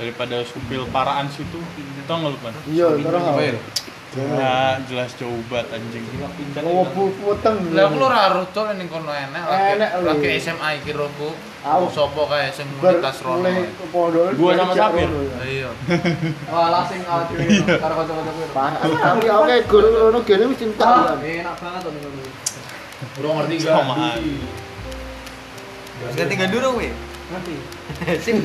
[SPEAKER 2] Daripada supil paraan situ, tau nggak lu kan?
[SPEAKER 4] Iya, terus
[SPEAKER 7] Oh.
[SPEAKER 4] apa?
[SPEAKER 2] Nah, jelas cobat anjing. Oh,
[SPEAKER 4] Ngopo puteng.
[SPEAKER 1] Lah aku ora roh cok ning kono enek lagi.
[SPEAKER 4] Enek lho.
[SPEAKER 1] Lagi SMA iki rohku.
[SPEAKER 4] Au.
[SPEAKER 1] Sopo kae sing
[SPEAKER 4] Ber-
[SPEAKER 1] unitas rono.
[SPEAKER 4] mulai ke pondok.
[SPEAKER 2] Gua sama
[SPEAKER 4] kerja
[SPEAKER 2] Sapir.
[SPEAKER 4] rono ya.
[SPEAKER 1] Lah Iya.
[SPEAKER 7] Wah, lah sing awak dhewe.
[SPEAKER 3] Iya.
[SPEAKER 7] Karo kanca-kanca kuwi.
[SPEAKER 4] Pak, tapi oke guru rono gene wis cinta.
[SPEAKER 7] Ah,
[SPEAKER 4] kan.
[SPEAKER 7] Enak banget tuh nih.
[SPEAKER 2] Sama
[SPEAKER 5] Ganti gak dulu weh
[SPEAKER 7] Nanti. Kan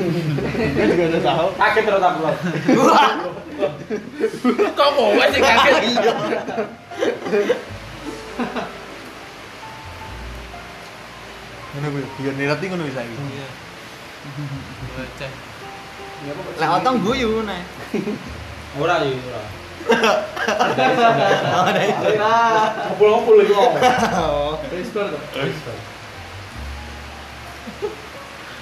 [SPEAKER 5] Kaget terus aku loh
[SPEAKER 1] Kok mau sih kaget iya.
[SPEAKER 3] Ngono kuwi, biar nirat iki ngono wis saiki.
[SPEAKER 5] Iya,
[SPEAKER 1] Bocah.
[SPEAKER 5] Lah otong guyu nih Ora ya, ora Ngumpul-ngumpul itu
[SPEAKER 1] Oh.
[SPEAKER 7] Restore tuh.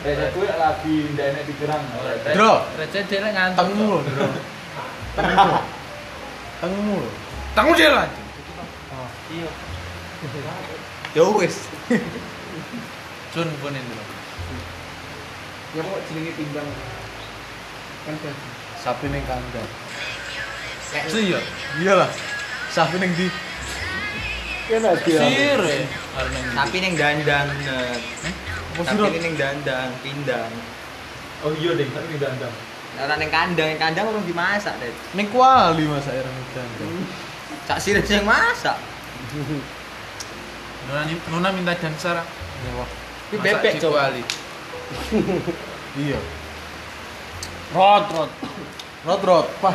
[SPEAKER 5] Eh, aku lagi ndak enak pikiran
[SPEAKER 1] Oh,
[SPEAKER 3] Dro.
[SPEAKER 1] Receh dia lek ngantuk.
[SPEAKER 3] Tengmu lho, Bro. Tengmu lho.
[SPEAKER 1] Tangmu dia lah.
[SPEAKER 3] Oh, iya.
[SPEAKER 5] Ya wes
[SPEAKER 1] Jun punin dulu.
[SPEAKER 7] Ya kok jenenge timbang. Kan kan.
[SPEAKER 3] Sapi ning kandang.
[SPEAKER 1] Jun yo.
[SPEAKER 3] Iyalah. Sapi ning di
[SPEAKER 4] Kene dia.
[SPEAKER 1] Sir. ya. Arep ning.
[SPEAKER 5] Tapi neng dandan.
[SPEAKER 3] Apa sih, Rod?
[SPEAKER 5] Tapi neng dandan, pindang.
[SPEAKER 8] Oh iya deh, kan di dandang.
[SPEAKER 5] Karena neng kandang, neng kandang orang dimasak deh.
[SPEAKER 3] ning kuali masa era ning kandang.
[SPEAKER 5] Cak sirih yang masak.
[SPEAKER 1] Nona, Nona minta dansa.
[SPEAKER 7] Ini bebek coba.
[SPEAKER 1] Ali.
[SPEAKER 3] Iya.
[SPEAKER 2] Rot, rot.
[SPEAKER 3] Rot rot. Pak.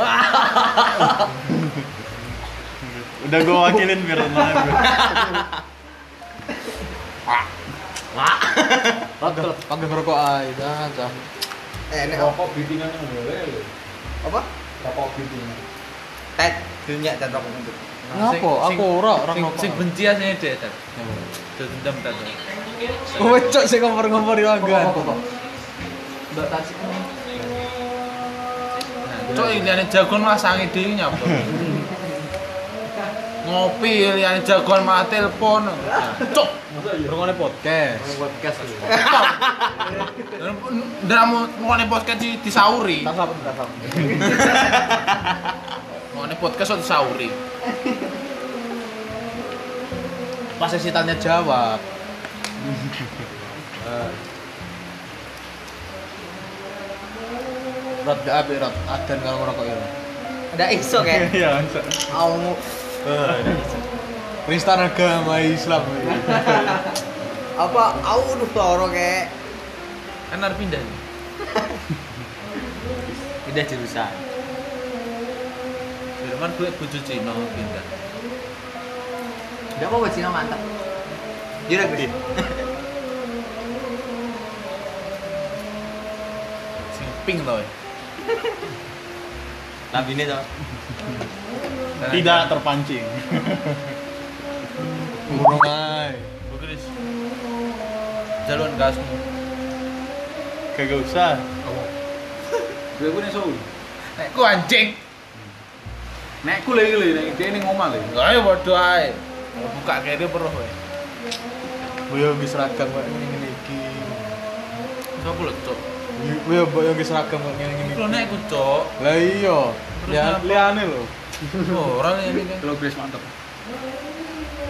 [SPEAKER 2] Udah gua wakilin biar tenang aja, Bro.
[SPEAKER 3] Rot rot. Pakai ngerokok ae dah, dah.
[SPEAKER 5] Eh, nek
[SPEAKER 9] Rokok bitingannya boleh lho.
[SPEAKER 5] apa?
[SPEAKER 9] Rokok bitingan.
[SPEAKER 5] Tet, dunia tet rokok untuk.
[SPEAKER 3] Ngapa? Aku ora orang
[SPEAKER 1] sing,
[SPEAKER 3] ngapa.
[SPEAKER 1] sing benci asine dek tet. Dek dendam tet.
[SPEAKER 3] Oh, Wecok sing kompor-kompor yo anggan.
[SPEAKER 6] Mbak Tasik ini.
[SPEAKER 1] Cok liyane jagon masange dhewe nyapa. Ngopi liyane jagon malah telepon. Cok,
[SPEAKER 3] Rungone podcast.
[SPEAKER 6] Podcast dulu.
[SPEAKER 1] ndamu ngone podcast di disauri.
[SPEAKER 3] Tak sapa tak sapa.
[SPEAKER 1] Ngone podcast kok disauri.
[SPEAKER 3] Pas sesi tanya jawab. Rot gak ape rot adan kalau ngerokok ya. yo.
[SPEAKER 5] Ada iso kayak.
[SPEAKER 2] Iya, bisa.
[SPEAKER 5] Au
[SPEAKER 3] Penistaan agama Islam.
[SPEAKER 5] apa au duh loro kayak.
[SPEAKER 1] Kan arep pindah.
[SPEAKER 3] Pindah jurusan.
[SPEAKER 1] Jerman gue bojo Cina pindah.
[SPEAKER 6] Enggak apa-apa Cina mantap.
[SPEAKER 5] Jurek deh.
[SPEAKER 1] Sing pink to. eh.
[SPEAKER 5] Lambine to.
[SPEAKER 2] Tidak terpancing.
[SPEAKER 3] Burung ae.
[SPEAKER 1] Bagus. Jalan gasmu.
[SPEAKER 2] Kagak usah.
[SPEAKER 9] Gue gue nih Seoul.
[SPEAKER 1] Nek ku anjing.
[SPEAKER 9] Nek gue lagi lagi nek dia nih ngomong lagi.
[SPEAKER 1] Ayo bodo iya, ae. Buka kere perlu kowe.
[SPEAKER 3] Boyo ge seragam kok ngene iki.
[SPEAKER 1] Sopo lho, Cok?
[SPEAKER 3] Boyo boyo ge seragam kok ngene iki.
[SPEAKER 1] Lho nek ku, Cok.
[SPEAKER 3] Lah iya. Ya
[SPEAKER 1] Terus
[SPEAKER 2] Liane lho.
[SPEAKER 1] Oh, orang yang ini.
[SPEAKER 9] Kalau Grace mantap.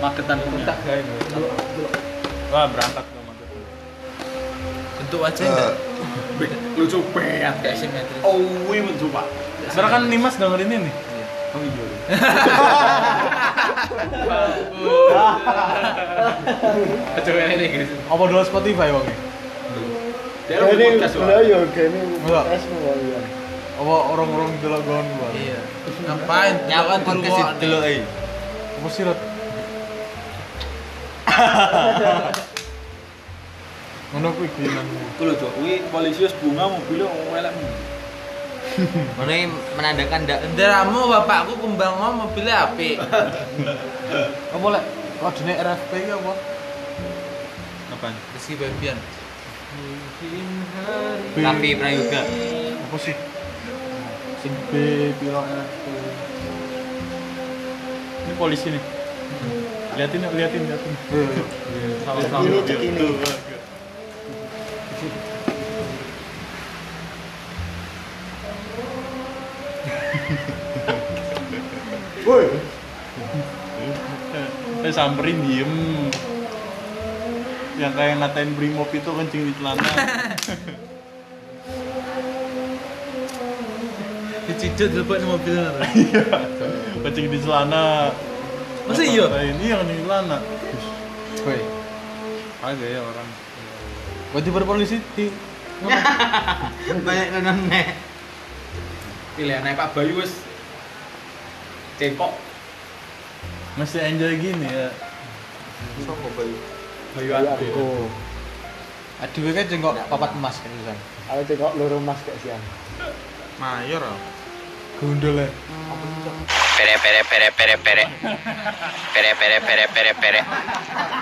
[SPEAKER 9] Magetan punya.
[SPEAKER 2] Wah, berangkat ke Magetan.
[SPEAKER 1] Bentuk wajah enggak
[SPEAKER 9] Wih, Lucu banget
[SPEAKER 1] kayak
[SPEAKER 9] guys.
[SPEAKER 1] simetris.
[SPEAKER 9] Oh, wih lucu pak.
[SPEAKER 2] Sekarang kan Nimas dengerin ini nih.
[SPEAKER 9] Oh iya.
[SPEAKER 1] Coba ini Inggris.
[SPEAKER 3] apa dulu Spotify wong e?
[SPEAKER 9] Dia lu podcast Pak.
[SPEAKER 4] yo kene
[SPEAKER 3] Enggak.
[SPEAKER 4] es mau ya.
[SPEAKER 3] Apa orang-orang delok gon wae.
[SPEAKER 1] Iya. Ngapain?
[SPEAKER 5] Nyawa
[SPEAKER 1] Dulu
[SPEAKER 5] podcast
[SPEAKER 1] kok.
[SPEAKER 5] dulu eh.
[SPEAKER 3] Apa sih Rot? Ngono kuwi bilang.
[SPEAKER 9] Gue lho Cok, wih polisi wis bunga mobilnya ngomong elek.
[SPEAKER 5] Ngono ini menandakan ndak
[SPEAKER 1] Denderamu bapakku kembang ngom mobilnya apik.
[SPEAKER 3] Apa lek kodene RFP iki apa?
[SPEAKER 2] Apaan?
[SPEAKER 1] Rizky Febian.
[SPEAKER 5] tapi prayoga.
[SPEAKER 3] apa sih? Sing B piro RFP?
[SPEAKER 2] Ini polisi nih. Liatin, yuk, liatin, liatin.
[SPEAKER 3] Iya, iya.
[SPEAKER 2] Sama-sama.
[SPEAKER 4] Ini cek ini. Woi,
[SPEAKER 2] Saya samperin diem. Yang kayak ngatain Brimob itu kencing di celana.
[SPEAKER 1] Dicidut lebok di mobilnya.
[SPEAKER 2] kencing di celana.
[SPEAKER 1] Masa iya?
[SPEAKER 2] Ini yang di celana.
[SPEAKER 3] Woi,
[SPEAKER 2] Agak ya orang.
[SPEAKER 3] kok di berpolisi di
[SPEAKER 5] Banyak nenek nek.
[SPEAKER 9] Pilihan naik Pak Bayu wis cengkok.
[SPEAKER 2] Masih enjoy gini ya.
[SPEAKER 9] Bayu Ade.
[SPEAKER 4] Iya, aku.
[SPEAKER 3] Aduh, kan jengkok papat emas kan Susan.
[SPEAKER 4] Aku cek kok loro mas kayak siang.
[SPEAKER 1] Mayor. ah.
[SPEAKER 3] Gundul ya.
[SPEAKER 5] Pere pere pere pere pere. Pere pere pere pere pere.